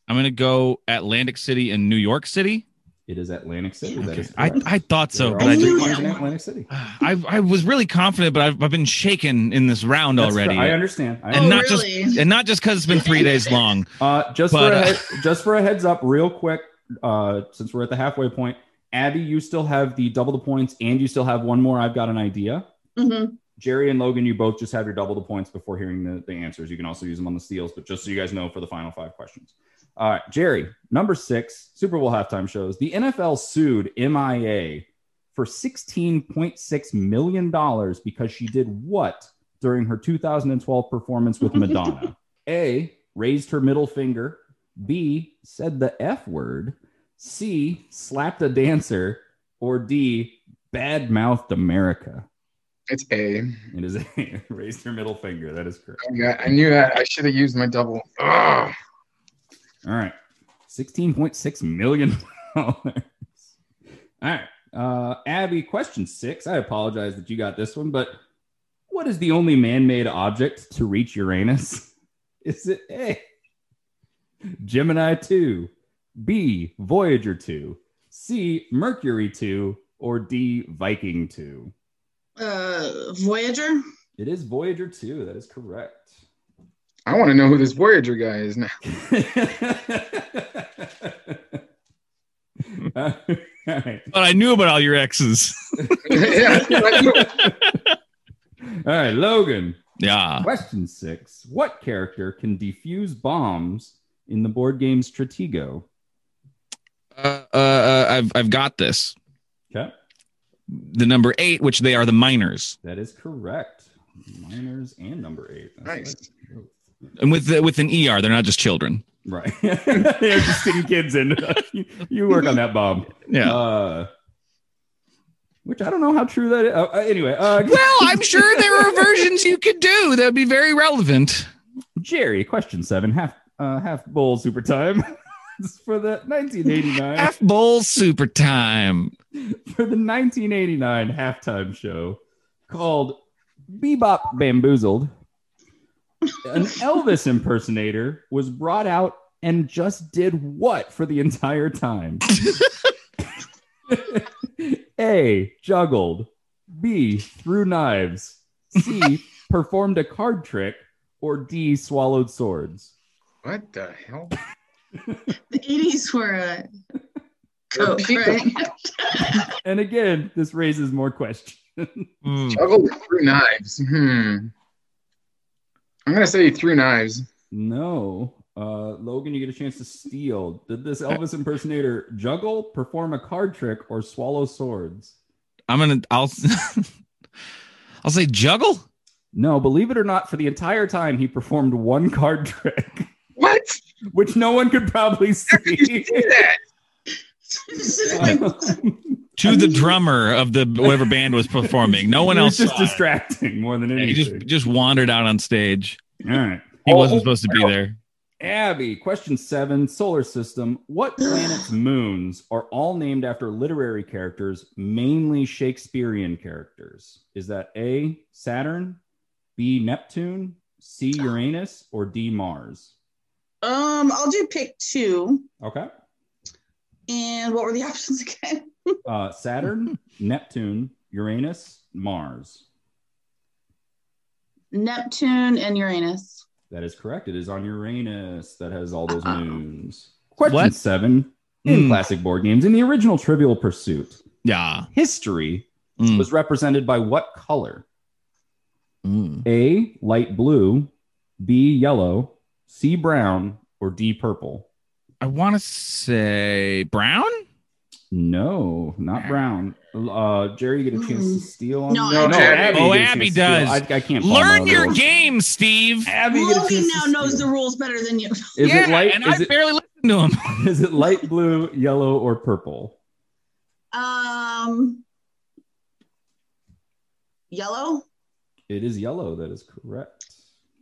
D: I'm gonna go Atlantic City and New York City.
A: It is Atlantic City. That
D: Okay.
A: is
D: I,
A: correct.
D: I thought so,
A: There are
D: but I
A: three
D: just,
B: knew
A: players
B: that
A: in
B: one.
A: Atlantic City.
D: I I was really confident, but I've, I've been shaken in this round
A: That's
D: already,
A: cor- I understand. I
D: And
B: oh,
A: understand.
D: not just-
B: really?
D: and not just because it's been three days long.
A: Uh, just
D: But,
A: for a
D: uh,
A: head, just for a heads up, real quick, uh, since we're at the halfway point, Abby, you still have the double the points, and you still have one more. I've got an idea.
B: Mhm.
A: Jerry and Logan, you both just have your double the points before hearing the, the answers. You can also use them on the steals, but just so you guys know for the final five questions. All right, Jerry, number six, Super Bowl halftime shows. The NFL sued MIA for $16.6 million because she did what during her 2012 performance with Madonna? A, raised her middle finger. B, said the F word. C, slapped a dancer. Or D, badmouthed America.
C: It's A.
A: It is [LAUGHS] raised her middle finger. That is correct.
C: I got- I knew that. I should have used my double. Ugh.
A: All right. $16.6 million. [LAUGHS] All right. Uh, Abby, question six. I apologize that you got this one, but what is the only man made object to reach Uranus? [LAUGHS] Is it A, Gemini 2, B, Voyager 2, C, Mercury 2, or D, Viking 2?
B: Uh, Voyager.
A: It is Voyager 2. That is correct.
C: I want to know who this Voyager guy is now. [LAUGHS]
A: All right.
D: But I knew about all your exes. [LAUGHS]
C: yeah,
A: All right, Logan.
D: Yeah.
A: Question six What character can defuse bombs in the board game Stratego?
D: Uh, uh, uh, I've I've got this.
A: Okay.
D: The number eight, which they are the miners,
A: That is correct. Miners and number eight.
C: Nice.
D: and with the, with an er, they're not just children.
A: Right. [LAUGHS] They're just sticking kids in. [LAUGHS] you, you work on that bomb.
D: Yeah.
A: Uh, which I don't know how true that is. Uh, uh, anyway, uh, [LAUGHS]
D: well, I'm sure there are versions you could do that would be very relevant.
A: Jerry, question seven, half uh, half bowl super time. [LAUGHS] It's for the 1989
D: Half bowl super time.
A: for the 1989 halftime show called Bebop Bamboozled. An Elvis impersonator was brought out and just did what for the entire time? [LAUGHS] A. Juggled. B. Threw knives. C. Performed a card trick. Or D. Swallowed swords.
C: what the hell?
B: The 80s were a [LAUGHS] coke,
C: People
B: right?
A: And again, this raises more questions. Hmm.
D: Mm.
C: Juggle through knives. Hmm. I'm gonna say through knives.
A: No. Uh, Logan, you get a chance to steal. Did this Elvis impersonator juggle, perform a card trick, or swallow swords?
D: I'm gonna. I'll. [LAUGHS] I'll say juggle.
A: No, believe it or not, for the entire time he performed one card trick,
C: What?
A: which no one could probably see.
C: Do that?
B: This is like-
A: no
D: to the drummer of the whatever band was performing. No one else.
A: It was just
D: saw it.
A: distracting more than
D: He
A: anything.
D: just just wandered out on stage.
A: All right.
D: He wasn't
C: Oh,
D: supposed to be there.
A: Abby, question seven, solar system. What planet's moons are all named after literary characters, mainly Shakespearean characters? Is that A, Saturn, B, Neptune, C, Uranus, or D, Mars?
B: um, I'll do pick two.
A: Okay.
B: And what were the [LAUGHS] options again?
A: Uh, Saturn, Neptune, Uranus, Mars.
B: Neptune and Uranus.
A: That is correct. It is on Uranus that has all those
B: Uh-oh.
A: moons. Question
D: What?
A: seven. In
C: Hmm.
D: Mm.
A: classic board games, in the original Trivial Pursuit,
D: Yeah.
A: history
D: Mm.
A: was represented by what color?
D: Mm.
A: A, light blue, B, yellow, C, brown, or D, purple?
D: I want to say brown.
A: No, not brown. Uh, Jerry, you get a chance to steal on
B: No,
A: that?
B: I- No,
A: you
D: Oh,
A: get a
D: Abby
A: chance to steal.
D: does.
A: I, I can't follow
D: Learn
A: my
D: your
A: rules.
D: game, Steve.
A: Abby, you get a
B: Logan
A: chance
B: now
A: to
B: knows the
A: steal.
B: rules better than you.
A: Is
D: yeah,
A: it light?
D: and
A: Is
D: I
A: it,
D: barely listened to him. [LAUGHS]
A: is it light blue, yellow, or purple?
B: Um, yellow.
A: It is yellow. That is correct.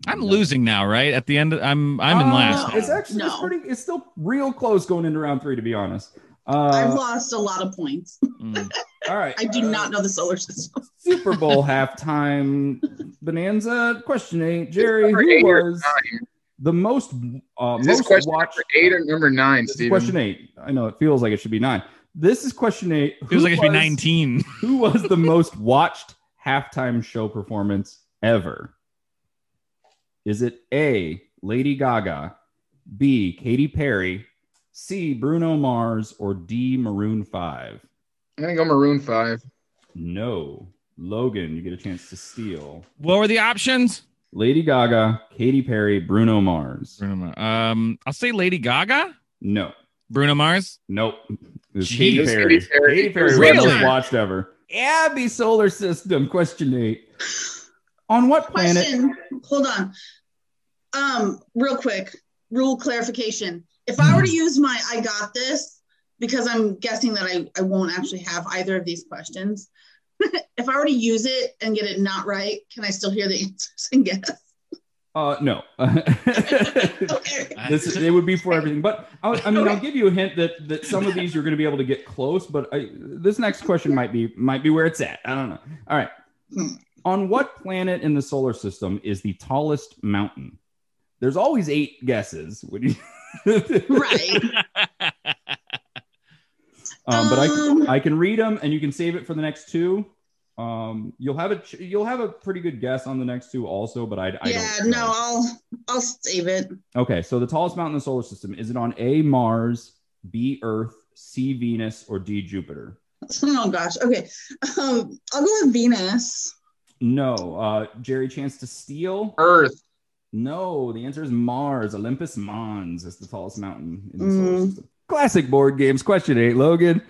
D: I'm
A: No.
D: losing now, right? At the end, I'm I'm in
A: Uh,
D: last.
A: It's actually it's
B: No.
A: pretty. It's still real close going into round three, to be honest.
B: I've
A: Uh,
B: lost a lot of points.
D: Mm.
A: all right.
B: I do
A: uh,
B: not know the solar system.
A: Super Bowl [LAUGHS] halftime bonanza. Question eight, Jerry,
C: Number
A: who
C: eight or
A: was
C: nine.
A: the most uh,
C: Is this
A: most
C: question
A: watched?
C: number eight or number nine,
A: This is
C: Steven?
A: question eight. I know it feels like it should be nine. This is question eight. Who
D: Feels like it should be 19.
A: Who was the most watched halftime show performance ever? Is it A. Lady Gaga, B. Katy Perry, C. Bruno Mars, or D. Maroon Five?
C: I'm gonna go Maroon Five.
A: No, Logan, you get a chance to steal.
D: What were the options?
A: Lady Gaga, Katy Perry, Bruno Mars.
D: Bruno Mars. Um, I'll say Lady Gaga.
A: No,
D: Bruno Mars.
A: nope. It was
D: Jeez.
A: Katy
D: It was
A: Perry.
C: Katy Perry.
A: Katy Perry was
D: Really?
A: the most watched ever. Abby Solar System. Question eight. On what planet?
B: Question. Hold on. Um, real quick, rule clarification. If I were to use my I got this, because I'm guessing that I, I won't actually have either of these questions. [LAUGHS] if I were to use it and get it not right, can I still hear the [LAUGHS] answers and guess?
A: Uh, no. [LAUGHS]
B: Okay.
A: this is, it would be for everything. But I, I mean, I'll give you a hint that that some of these you're going to be able to get close. But I, this next question might be might be where it's at. I don't know. All right.
B: Hmm.
A: On what planet in the solar system is the tallest mountain? There's always eight guesses. Would you? [LAUGHS] um,
B: Right.
A: but I
B: Um,
A: Um, I can read them, and you can save it for the next two. Um, you'll have a ch- you'll have a pretty good guess on the next two also, but I, I
B: yeah,
A: don't
B: no,
A: know.
B: I'll I'll save it.
A: Okay, so the tallest mountain in the solar system is it on A Mars, B Earth, C Venus, or D Jupiter?
B: Oh gosh. Okay. Um, I'll go with Venus.
A: No, uh, Jerry Chance to Steal.
C: Earth.
A: No, the answer is Mars. Olympus Mons is the tallest mountain in the solar
B: Mm.
A: system. Classic board games. Question eight, Logan.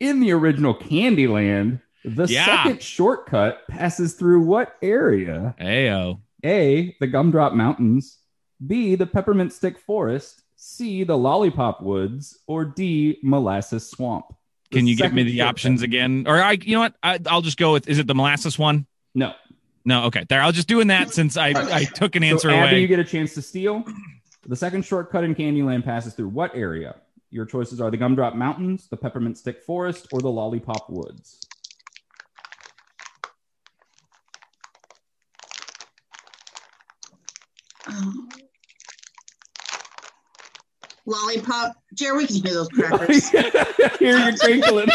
A: In the original Candyland, the
D: Yeah.
A: second shortcut passes through what area?
D: [LAUGHS] Ayo.
A: A, the Gumdrop Mountains, B, the Peppermint Stick Forest, C, the Lollipop Woods, or D, Molasses Swamp. The
D: Can you give me
A: second
D: the
A: shortcut.
D: options again? Or I, you know what? I, I'll just go with. Is it the molasses one?
A: No.
D: No. Okay. There. I was just doing that since I, I took an answer
A: so Abby, [LAUGHS]
D: away.
A: you get a chance to steal. The second shortcut in Candyland passes through what area? Your choices are the Gumdrop Mountains, the Peppermint Stick Forest, or the Lollipop [LAUGHS] Woods.
B: Um, lollipop. Jerry, we can hear
A: [LAUGHS] Oh,
B: those crackers.
A: Here you're crinkling.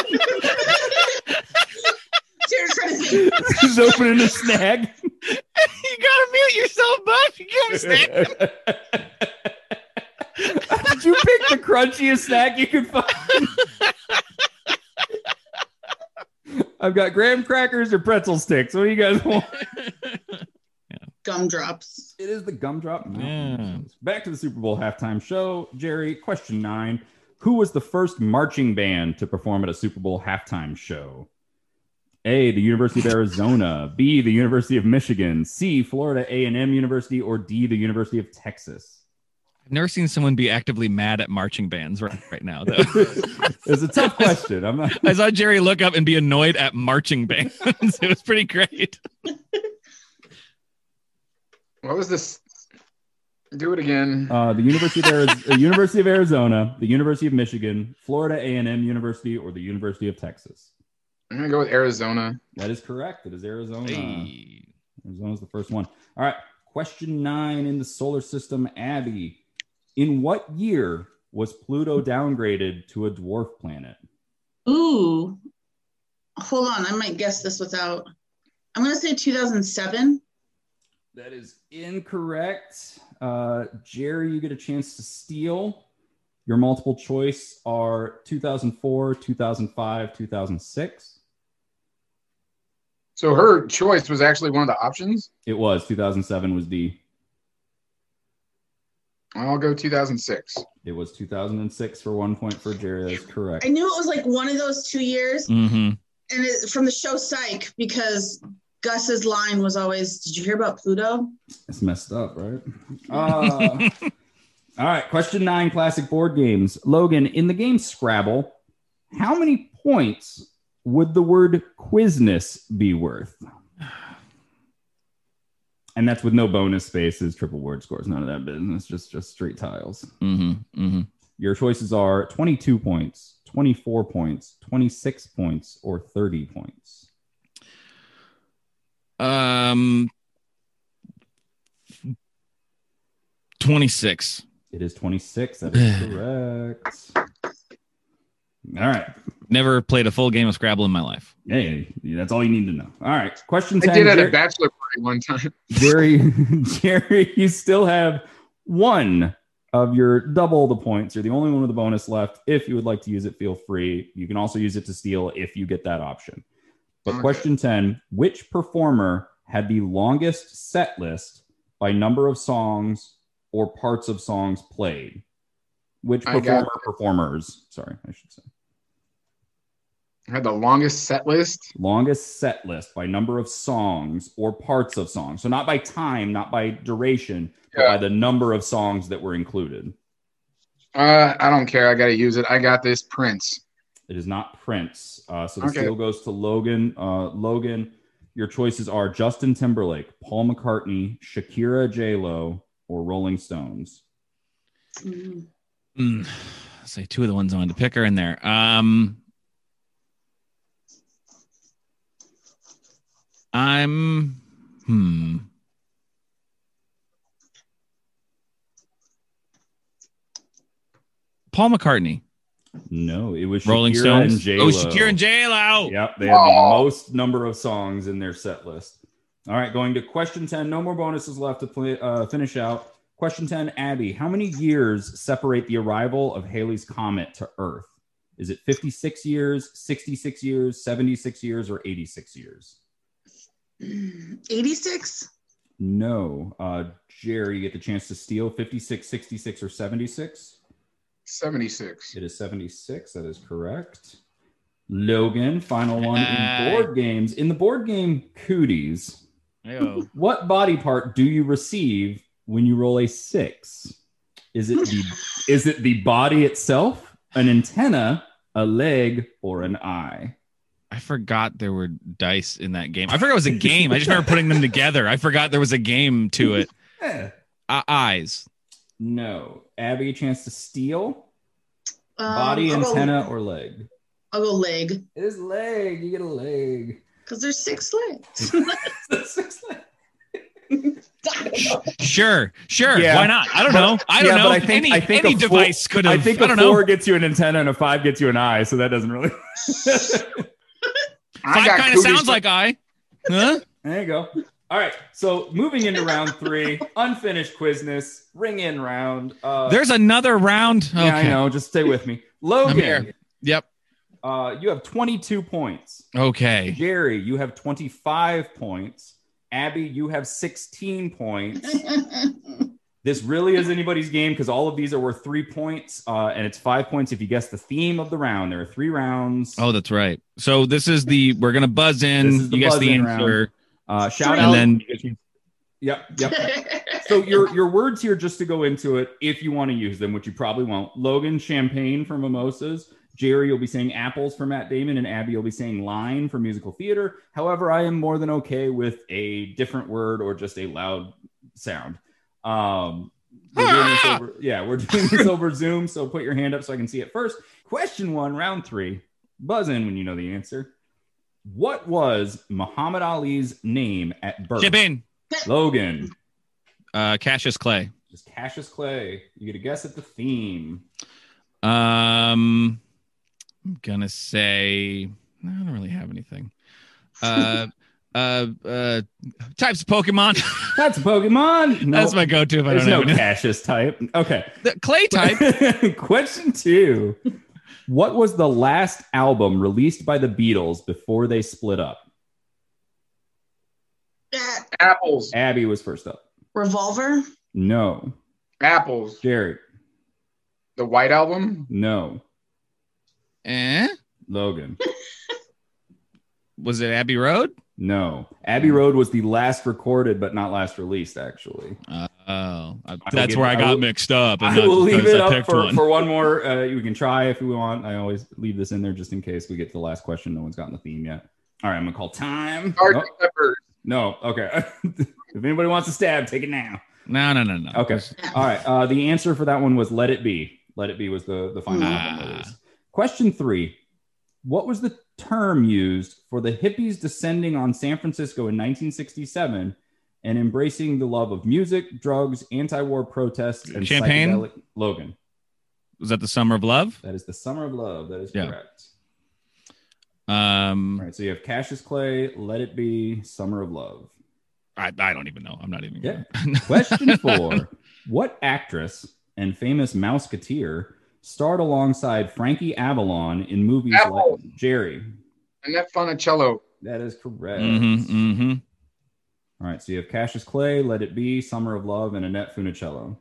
B: Jerry, trying to think.
A: She's opening a snag.
D: You gotta mute yourself, bud. You [LAUGHS] gotta stay.
A: Did you pick the crunchiest snack you could find? I've got graham crackers or pretzel sticks. What do you guys want?
B: Gumdrops.
A: It is the Gumdrop Mountains.
D: Yeah.
A: Back to the Super Bowl halftime show. Jerry, question nine. Who was the first marching band to perform at a Super Bowl halftime show? A, the University of Arizona, B, the University of Michigan, C, Florida A&M University, or D, the University of Texas. [LAUGHS]
D: I've never seen someone be actively mad at marching bands right, right now, though. [LAUGHS]
A: it's a tough question. I'm not
D: I saw Jerry look up and be annoyed at marching bands. [LAUGHS] it was pretty great.
C: What was this? Do it again.
A: uh, the University of Ari- uh, University of Arizona, the University of Michigan, Florida A&M University, or the University of Texas.
C: I'm gonna go with Arizona.
A: That is correct. It is Arizona.
D: Hey.
A: Arizona's the first one. All right. Question nine in the solar system, Abby. In what year was Pluto downgraded to a dwarf planet?
B: Ooh. Hold on. I might guess this without. I'm gonna say 2007.
A: That is incorrect. Uh, Jerry, you get a chance to steal. Your multiple choice are 2004, 2005, 2006.
C: So her choice was actually one of the options.
A: It was 2007 was D.
C: I'll go 2006.
A: It was 2006 for one point for Jerry. That is correct.
B: I knew it was like one of those two years,
D: Mhm.
B: and it, from the show Psych because Gus's line was always, "Did you hear about Pluto?"
A: It's messed up, right? Uh, [LAUGHS] all right. Question nine classic board games. Logan, in the game Scrabble, how many points would the word quizness be worth? And that's with no bonus spaces, triple word scores, none of that business, just just straight tiles.
D: Mhm. Mhm.
A: Your choices are 22 points, 24 points, 26 points, or 30 points.
D: Um. Twenty six.
A: It is 26. That is correct. All right.
D: Never played a full game of Scrabble in my life.
A: Hey, that's all you need to know. All right. Question
C: I
A: 10.
C: did at a
A: Jer-
C: bachelor party one time. [LAUGHS]
A: Jerry, [LAUGHS] Jerry, you still have one of your double the points. You're the only one with a bonus left. If you would like to use it, feel free. You can also use it to steal if you get that option. But
C: Okay.
A: question 10 Which performer had the longest set list by number of songs or parts of songs played? Which
C: I got
A: performer, performers, sorry, I should say.
C: I had the longest set list.
A: longest set list by number of songs or parts of songs. So not by time, not by duration, but
C: Yeah.
A: by the number of songs that were included.
C: Uh, I don't care. I gotta use it. I got this Prince.
A: It is not Prince. Uh, so the
C: Okay.
A: steal goes to Logan. Uh, Logan, your choices are Justin Timberlake, Paul McCartney, Shakira J Lo, or Rolling Stones.
B: Mm.
D: Mm. Say two of the ones I wanted to pick are in there. Um. I'm. Hmm. Paul McCartney.
A: No, it was
D: Rolling
A: Shakira
D: Stones.
A: and J-Lo.
D: Oh, Shakira and J Lo.
A: Yep, they have the
C: Aw.
A: most number of songs in their set list. All right, going to question 10. No more bonuses left to play, uh, finish out. Question 10, Abby, how many years separate the arrival of Halley's Comet to Earth? Is it 56 years, 66 years, 76 years, or 86 years?
B: 86?
A: No. Uh, Jerry, you get the chance to steal 56, 66, or 76.
C: 76.
A: It is 76. That is correct. Logan, final one in
D: Aye.
A: board games. In the board game Cooties,
D: Ayo.
A: What body part do you receive when you roll a six? Is it [LAUGHS] the is it the body itself, an antenna, a leg, or an eye?
D: I forgot there were dice in that game. I forgot it was a game. I just remember putting them together. I forgot there was a game to it.
A: Eh,
D: Uh, eyes.
A: No. Abby, a chance to steal
B: Um,
A: body,
B: I'll go-
A: antenna, or leg.
B: I'll go leg
A: It is leg. You get a leg. [LAUGHS]
B: because there's six legs.
A: Six leg.
D: Sh- Sure, sure.
A: Yeah.
D: Why not? I don't know. I don't
A: Yeah,
D: know.
A: but I think-
D: any
A: I think
D: any
A: a four-
D: device could have.
A: I
D: I,
A: think a
D: don't
A: four
D: know.
A: gets you an antenna and a five gets you an eye, so that doesn't [LAUGHS] really.
C: I
D: Five
C: got
D: kind of
C: cooties
D: sounds
C: for-
D: like I. Huh?
A: There you go. All right. So moving into round three, unfinished quizness, ring in round. Uh,
D: There's another round. Okay.
A: yeah, I know. Just stay with me.
D: I'm
A: Logan,
D: here. Yep.
A: uh, you have 22 points.
D: Okay.
A: Jerry, you have 25 points. Abby, you have 16 points. This really is anybody's game because all of these are worth three points, uh, and it's five points if you guess the theme of the round. There are three rounds.
D: Oh, that's right. So this is the we're gonna buzz in.
A: This is the
D: you guess the
A: buzz-in
D: answer.
A: round. Uh, shout
B: Three.
A: out.
D: And
A: yep, [LAUGHS] yep. So your your words here, just to go into it, if you want to use them, which you probably won't. Logan, champagne for mimosas. Jerry, you'll be saying apples for Matt Damon, and Abby, you'll be saying line for musical theater. However, I am more than okay with a different word or just a loud sound. Um, we're doing this over, yeah, we're doing this over Zoom, so put your hand up so I can see it first. Question one, round three. Buzz in when you know the answer. What was Muhammad Ali's name at birth?
D: Chip in.
A: Logan.
D: Uh, Cassius Clay.
A: Just Cassius Clay. You get a guess at the theme.
D: Um, I'm gonna say no, I don't really
A: [LAUGHS]
D: have anything. Uh, uh, uh, types of Pokemon. [LAUGHS]
A: That's a Pokemon. No,
D: That's my go-to if I
A: there's
D: don't
A: no
D: have [LAUGHS] any.
A: Cassius type. Okay.
D: The clay type.
A: [LAUGHS]
D: [LAUGHS]
A: Question two. What was the last album released by the Beatles before they split up?
B: [LAUGHS] that
C: Apples.
A: Abby was first up.
B: revolver.
A: No.
C: Apples.
A: Jerry.
C: The White Album.
A: No.
D: eh?
A: Logan.
D: Was it Abbey Road?
A: No. Abbey Road was the last recorded, but not last released, actually.
D: Uh, oh, I-
A: will
D: that's
A: give-
D: where I
A: I
D: got
A: will-
D: mixed up. and
A: I
D: that's
A: will leave
D: because
A: it
D: I
A: up
D: picked
A: for
D: one.
A: one, for one more. Uh, we can try if we want. I always leave this in there just in case we get to the last question. No one's gotten the theme yet. All right, I'm gonna call time. Oh,
C: Sgt. Pepper.
A: no, okay. [LAUGHS] if anybody wants to stab, take it now.
D: No, no, no, no.
A: Okay. All right. Uh, the answer for that one was "Let It Be." "Let It Be" was the the final
D: Ah.
A: album release. Question three: What was the term used for the hippies descending on San Francisco in 1967 and embracing the love of music, drugs, anti-war protests, and
D: Champagne?
A: psychedelic- Logan.
D: Was that the Summer of Love?
A: That is the summer of love. That is
D: Yeah.
A: correct. All
D: Um,
A: right. So you have Cassius Clay, Let It Be, Summer of Love.
D: I, I don't even know. I'm not even.
A: Yeah.
D: gonna- [LAUGHS]
A: Question four What actress and famous Mouseketeer starred alongside Frankie Avalon in movies
C: Avalon.
A: like Jerry?
C: Annette Funicello.
A: That is correct.
D: Mhm, mhm.
A: All right. So you have Cassius Clay, Let It Be, Summer of Love, and Annette Funicello.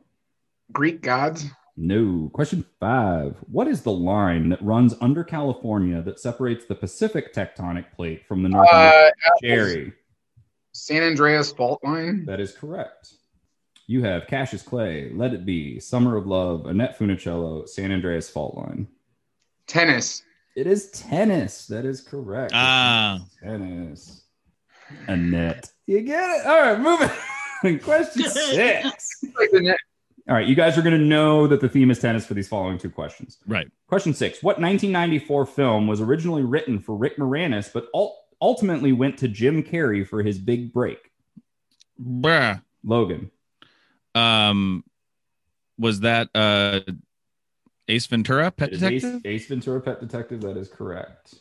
C: Greek Gods.
A: No. Question five. What is the line that runs under California that separates the Pacific tectonic plate from the
D: Mm-hmm.
A: North American
C: Uh,
A: Jerry?
C: San Andreas Fault Line.
A: That is correct. You have Cassius Clay, Let It Be, Summer of Love, Annette Funicello, San Andreas Fault Line.
C: Tennis.
A: It is tennis. That is correct.
D: Ah.
A: Tennis. Annette. You get it? All right, moving. [LAUGHS] Question
D: [LAUGHS]
A: six.
C: Like the net-
A: All right, you guys are going to know that the theme is tennis for these following two questions.
D: Right.
A: Question six What 1994 film was originally written for Rick Moranis, but ul- ultimately went to Jim Carrey for his big break?
D: Bruh.
A: Logan.
D: Um, was that uh, Ace Ventura, Pet
A: It is Ace,
D: Detective,
A: Ace Ventura Pet Detective. That is correct.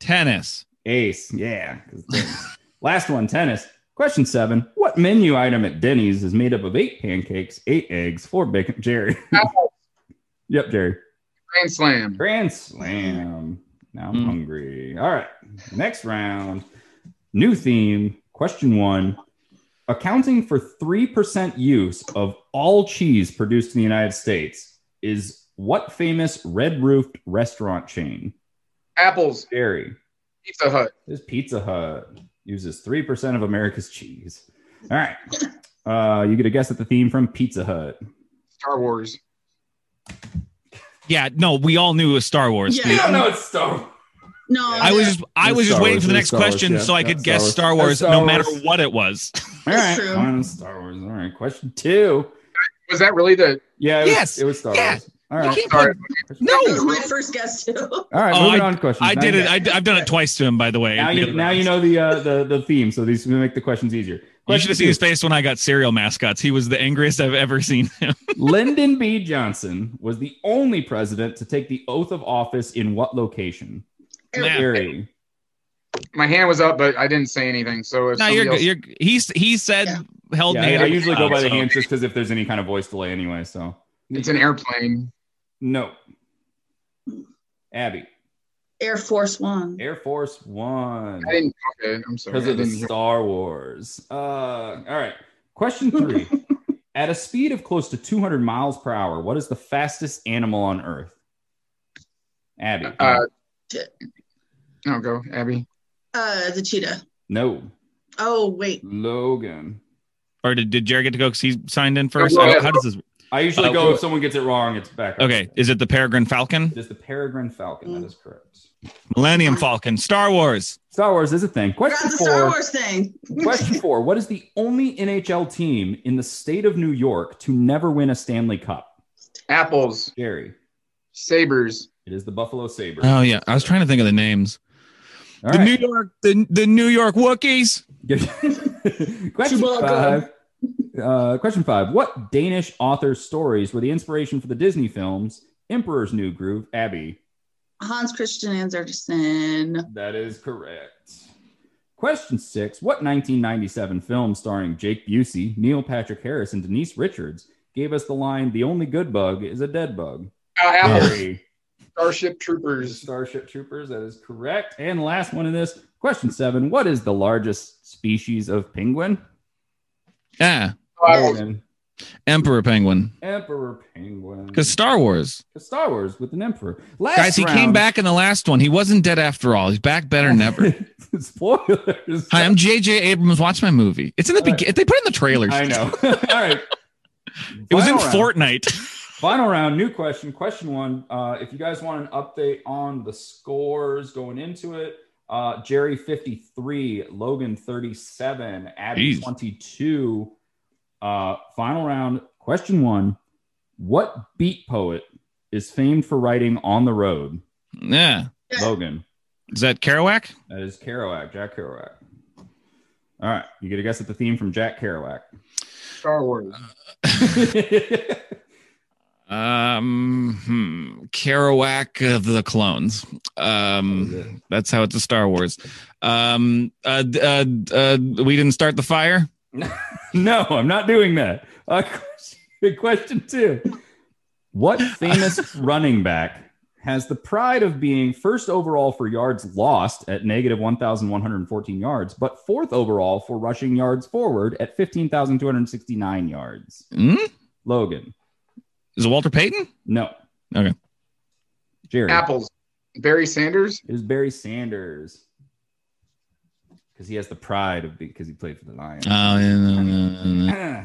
D: Tennis.
A: Ace, yeah. 'cause
D: [LAUGHS]
A: tennis. Last one, tennis. Question seven. What menu item at Denny's is made up of eight pancakes, eight eggs, four bacon? Jerry. [LAUGHS] yep, Jerry.
C: Grand slam.
A: Grand slam. Now I'm
D: Mm.
A: hungry. All right. Next round. New theme. Question one. Accounting for 3% use of all cheese produced in the United States is what famous red roofed restaurant chain?
C: Apples.
A: Jerry.
C: Pizza Hut.
A: This Pizza Hut uses 3% of America's cheese. All right. Uh, you get a guess at the theme from Pizza Hut.
C: Star Wars.
D: Yeah, no, we all knew it was Star Wars.
B: Yeah.
D: Steve.
A: know it's Star
B: [LAUGHS] No,
A: Yeah.
D: I was just,
A: It
D: I
A: was
D: was just
A: Star
D: waiting
A: Wars,
D: for
A: it was
D: the next
A: Star Wars,
D: question
A: yeah,
D: so I
A: yeah,
D: could
A: Star
D: guess
A: Wars.
D: Star Wars,
A: Star
D: no matter
A: Wars.
D: what it was.
A: All right.
B: That's true.
A: Fine, Star Wars. All right. Question two.
C: Was that really the?
A: Yeah. It
D: Yes.
A: Was, it was Star
D: Yeah.
A: Wars. All
D: You
A: right.
D: can't
C: Sorry.
D: No.
B: that was my first guess too. [LAUGHS]
A: All right.
D: Oh,
A: moving on. to Questions.
D: I
A: Now
D: did
A: you
D: it. I, have done it twice to him, by the way.
A: now you now you know the uh, the the theme, so these will make the questions easier.
D: You should
A: Question
D: have seen
A: two.
D: his face when I got cereal mascots. He was the angriest I've
C: [LAUGHS]
D: ever seen him.
A: Lyndon B. Johnson was the only president to take the oath of office in what location?
D: Yeah.
A: Gary.
C: My hand was up, but I didn't say anything. So if
D: no,
C: somebody
D: you're good.
C: else-
D: You're he's he said held
A: Yeah,
D: me.
A: I, I
D: up.
A: usually go by the
D: Oh, So-
A: hands just because if there's any kind of voice delay anyway. So
C: it's an airplane.
A: no. Abby,
B: Air Force One.
A: Air Force One.
C: I didn't. Okay, I'm sorry. I
A: because of the
C: didn't hear.
A: Star Wars. Uh, all right. Question
C: [LAUGHS]
A: three. At a speed of close to 200 miles per hour, what is the fastest animal on Earth? Abby.
C: Uh, no, go Abby.
B: Uh, the cheetah.
A: no.
B: Oh wait,
A: Logan.
D: Or did, did Jared get to go because he signed in first?
C: well,
D: I don't-
C: yeah.
D: how does this?
A: I usually
D: Uh,
A: go
D: wh-
A: if someone gets it wrong, it's back. up.
D: Okay, is it the Peregrine Falcon,
A: It is the Peregrine Falcon. That is correct.
D: Millennium Falcon, Star Wars?
A: Star Wars is a thing.
B: I got
A: Question
B: the Star
A: four.
B: Wars thing.
A: Question four. What is the only NHL team in the state of New York to never win a Stanley Cup?
C: Apples.
A: Jerry.
C: Sabers.
A: It is the Buffalo Sabres.
D: Oh yeah, I was trying to think of the names.
A: All
D: the
A: right.
D: New York, the the New York Wookiees.
A: [LAUGHS] question
B: Chewbacca.
A: five. Uh, question five. What Danish author's stories were the inspiration for the Disney films Emperor's New Groove? Abby.
B: Hans Christian Andersen.
A: That is correct. Question six. What 1997 film starring Jake Busey, Neil Patrick Harris, and Denise Richards gave us the line "The only good bug is a dead bug"?
C: Uh, Apples.
A: Abby.
C: Starship
A: There's
C: Troopers.
A: Starship Troopers. That is correct. And last one in this question seven. What is the largest species of penguin?
D: Yeah,
C: Apples.
A: Penguin.
D: Emperor Penguin.
A: Emperor Penguin.
D: Because Star Wars,
A: Star Wars with an emperor. Last
D: guys, he came
A: round-
D: back in the last one. He wasn't dead after all. He's back better
A: [LAUGHS]
D: than ever.
A: Spoilers.
D: Hi, I'm JJ Abrams. Watch my movie. It's in the
A: All right.
D: beginning. They put it in the trailers.
A: I know. [LAUGHS] All right.
D: It was in
A: Final round.
D: Fortnite.
A: Final round, new question. Question one. Uh, if you guys want an update on the scores going into it, uh, Jerry 53, Logan 37, Abby
D: Jeez.
A: 22. Uh, final round, question one. What beat poet is famed for writing on the road?
D: Yeah.
A: Logan.
D: Is that Kerouac?
A: That is Kerouac, Jack Kerouac. All right, you get a guess at the theme from Jack Kerouac. [LAUGHS]
C: Star Wars.
D: Um, hmm. Kerouac of the clones. Um, that's how it's a Star Wars. Um, uh, d- uh, d- uh, we didn't start the fire.
A: no, I'm not doing that. Uh, [LAUGHS] question, question two What famous running back has the pride of being first overall for yards lost at negative 1,114 yards, but fourth overall for rushing yards forward at 15,269 yards?
D: Hmm?
A: Logan,
D: Is it Walter Payton?
A: no.
D: Okay.
A: Jerry.
C: Apples. Barry Sanders.
A: It was Barry Sanders because he has the pride of because he played for the Lions.
D: Oh, yeah, no, no, no,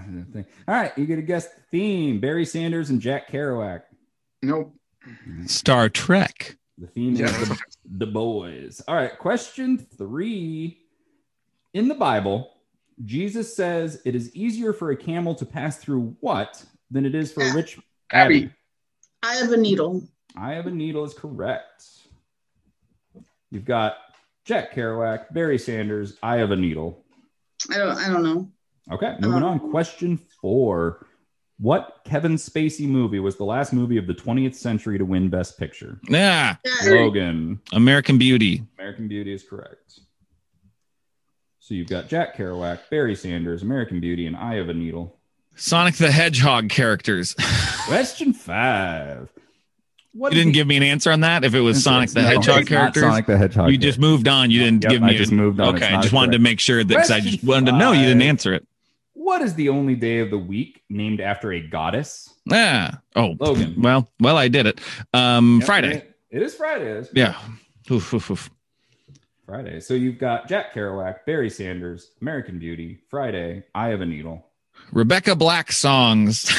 D: no.
A: Thing. [CLEARS THROAT] All right, you get to guess the theme: Barry Sanders and Jack Kerouac.
C: Nope.
D: Star Trek.
A: The theme
C: Yeah.
A: is the, the boys. All right, question three: In the Bible, Jesus says it is easier for a camel to pass through what than it is for a rich.
C: Abby.
B: I have a needle.
A: I have a needle is correct. You've got Jack Kerouac, Barry Sanders. I have a needle.
B: I don't. I don't know.
A: Okay, moving on. Question four. What Kevin Spacey movie was the last movie of the 20th century to win Best Picture?
D: Yeah,
B: Yeah.
D: Oh,
A: Logan.
D: American Beauty.
A: American Beauty is correct. So you've got Jack Kerouac, Barry Sanders, American Beauty, and Eye of a Needle.
D: Sonic the Hedgehog characters.
A: Question five. What
D: you didn't give me an answer on that. If it was Sonic the Hedgehog characters,
A: Sonic the Hedgehog.
D: you just moved on. You didn't
A: Yep,
D: give
A: I
D: me.
A: just
D: an-
A: moved on. It's
D: Okay, I
A: not
D: just wanted to
A: correct.
D: make sure that because I
A: Question
D: just wanted to know you didn't
A: five.
D: answer it.
A: What is the only day of the week named after a goddess?
D: Yeah. Oh,
A: Logan.
D: Well, well, I did it. Um,
A: Yep,
D: Friday.
A: It, it is Friday. It is
D: Yeah. Oof, oof, oof.
A: Friday. So you've got Jack Kerouac, Barry Sanders, American Beauty, Friday, Eye of a Needle.
D: Rebecca Black songs.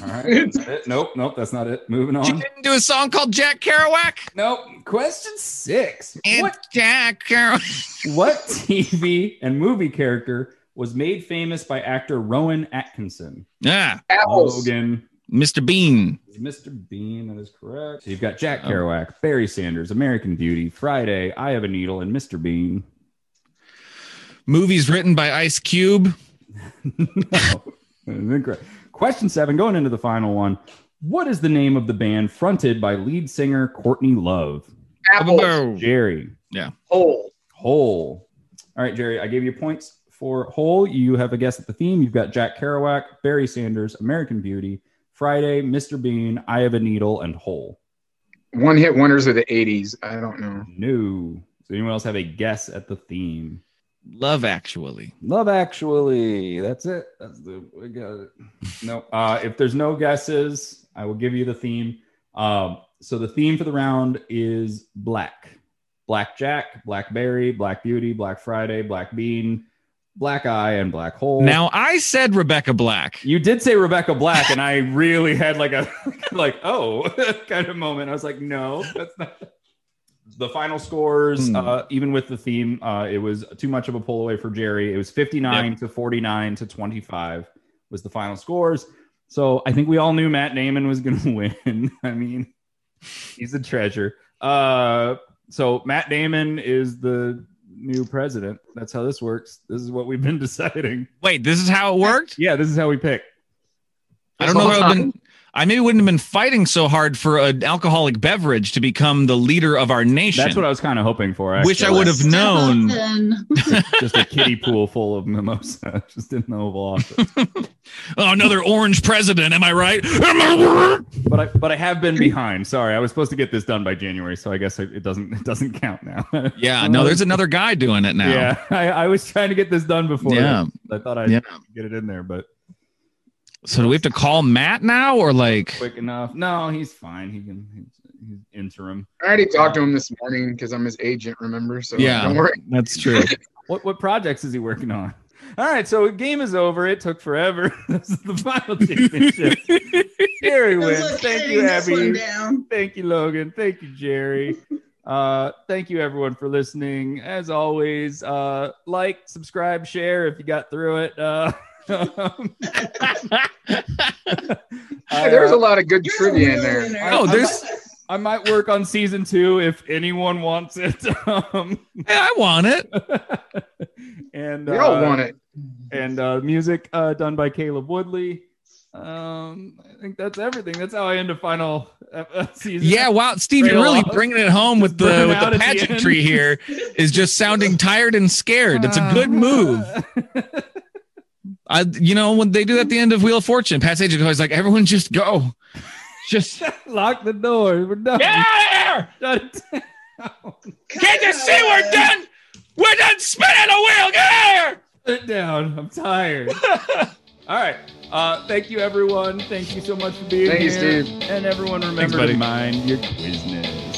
D: [LAUGHS]
A: All right. Is that it? Nope. Nope. That's not it. Moving
D: she
A: on.
D: didn't do a song called Jack Kerouac.
A: Nope. Question six.
D: And
A: What
D: Jack Kerouac.
A: what [LAUGHS] TV and movie character was made famous by actor Rowan Atkinson?
D: Yeah.
C: Apples.
A: Logan.
D: Mr. Bean.
A: Is Mr. Bean, that is correct. So you've got Jack Kerouac, Barry Sanders, American Beauty, Friday, I Have a Needle, and Mr. Bean.
D: Movies written by Ice Cube.
A: Oh, Incorrect. Question seven, going into the final one. What is the name of the band fronted by lead singer Courtney Love?
C: Apples.
A: Jerry.
C: Hole.
A: Hole. All right, Jerry, I gave you points for Hole. You have a guess at the theme. You've got Jack Kerouac, Barry Sanders, American Beauty, Friday, Mr. Bean, I Have a Needle, and Hole.
C: One hit wonders of the 80s. I don't know.
A: No. Does anyone else have a guess at the theme?
D: Love Actually.
A: Love Actually. That's it. That's the we got it. No, uh, if there's no guesses, I will give you the theme. Um, so the theme for the round is black, black Jack, black Berry, black Beauty, black Friday, black Bean, black Eye, and black Hole.
D: Now I said Rebecca Black.
A: you did say Rebecca Black, and I really had like a [LAUGHS] like oh [LAUGHS] kind of moment. I was like, no, that's not. [LAUGHS] The final scores,
D: Hmm.
A: uh, even with the theme, uh, it was too much of a pull away for Jerry. It was 59 to 49 to 25 was the final scores. So I think we all knew Matt Damon was going to [LAUGHS] win. I mean, he's a treasure. Uh, so Matt Damon is the new president. That's how this works. This is what we've been [LAUGHS] deciding.
D: Wait, this is how it worked?
A: Yeah, this is how we pick.
D: I
C: This
D: don't know.
C: whole
D: if I would've been- I maybe wouldn't have been fighting so hard for an alcoholic beverage to become the leader of our nation.
A: That's what I was kind of hoping for. Actually.
D: Wish I would have known. [LAUGHS]
B: Seven.
A: just a kiddie pool full of mimosa, [LAUGHS] just in the Oval Office.
D: oh, another orange president. Am I right? Am I
A: [LAUGHS]
D: right?
A: But I, but I have been behind. Sorry, I was supposed to get this done by January, so I guess it doesn't it doesn't count now. [LAUGHS]
D: Yeah. No, there's another guy doing it now.
A: Yeah, I, I was trying to get this done before.
D: Yeah.
A: I thought I'd
D: Yeah.
A: get it in there, but
D: So do we have to call Matt now or like?
A: quick enough. No, he's fine. He can he's, he's interim.
C: I already talked to him this morning because I'm his agent, remember? So
D: Yeah.
C: don't worry.
D: That's [LAUGHS] true.
A: What what projects is he working on? All right, so game is over. It took forever. [LAUGHS] this is the final championship. Jerry
B: Good
A: wins.
B: luck
A: Thank
B: getting
A: you,
B: this one
A: Abby.
B: down.
A: Thank you, Logan. Thank you, Jerry. Uh, thank you, everyone, for listening. As always, uh, like, subscribe, share if you got through it. Uh, [LAUGHS] I,
C: There's a
A: uh,
C: lot of good
B: You're the
C: trivia
B: real
C: in there.
B: winner.
A: Oh,
D: there's-
A: I might work on season two if anyone wants it. [LAUGHS] Um,
D: Yeah, I want it.
A: and
C: We all
A: uh,
C: want it.
A: and uh, music uh, done by Caleb Woodley. Um, I think that's everything. That's how I end a final uh, uh, [LAUGHS] season.
D: Yeah, wow, Steve, you're really bringing it home with the
A: Burn
D: with
A: out
D: the
A: at the end.
D: pageantry here. Is just sounding tired and scared. It's a
A: Uh,
D: good
A: Um, [LAUGHS]
D: move. I, you know, when they do at the end of Wheel of Fortune, Pat's agent always like, "Everyone, just go, [LAUGHS] just
A: [LAUGHS] Lock the door. We're done.
D: get out of here.
A: Shut it down.
D: Can't you see we're done? We're done spinning the wheel. Get out of here."
A: Shut it down. I'm tired. [LAUGHS] All right. Uh, thank you, everyone. Thank you so much for being
C: Thank
A: here.
C: you, Steve.
A: And everyone, remember
D: buddy.
A: to mind your business.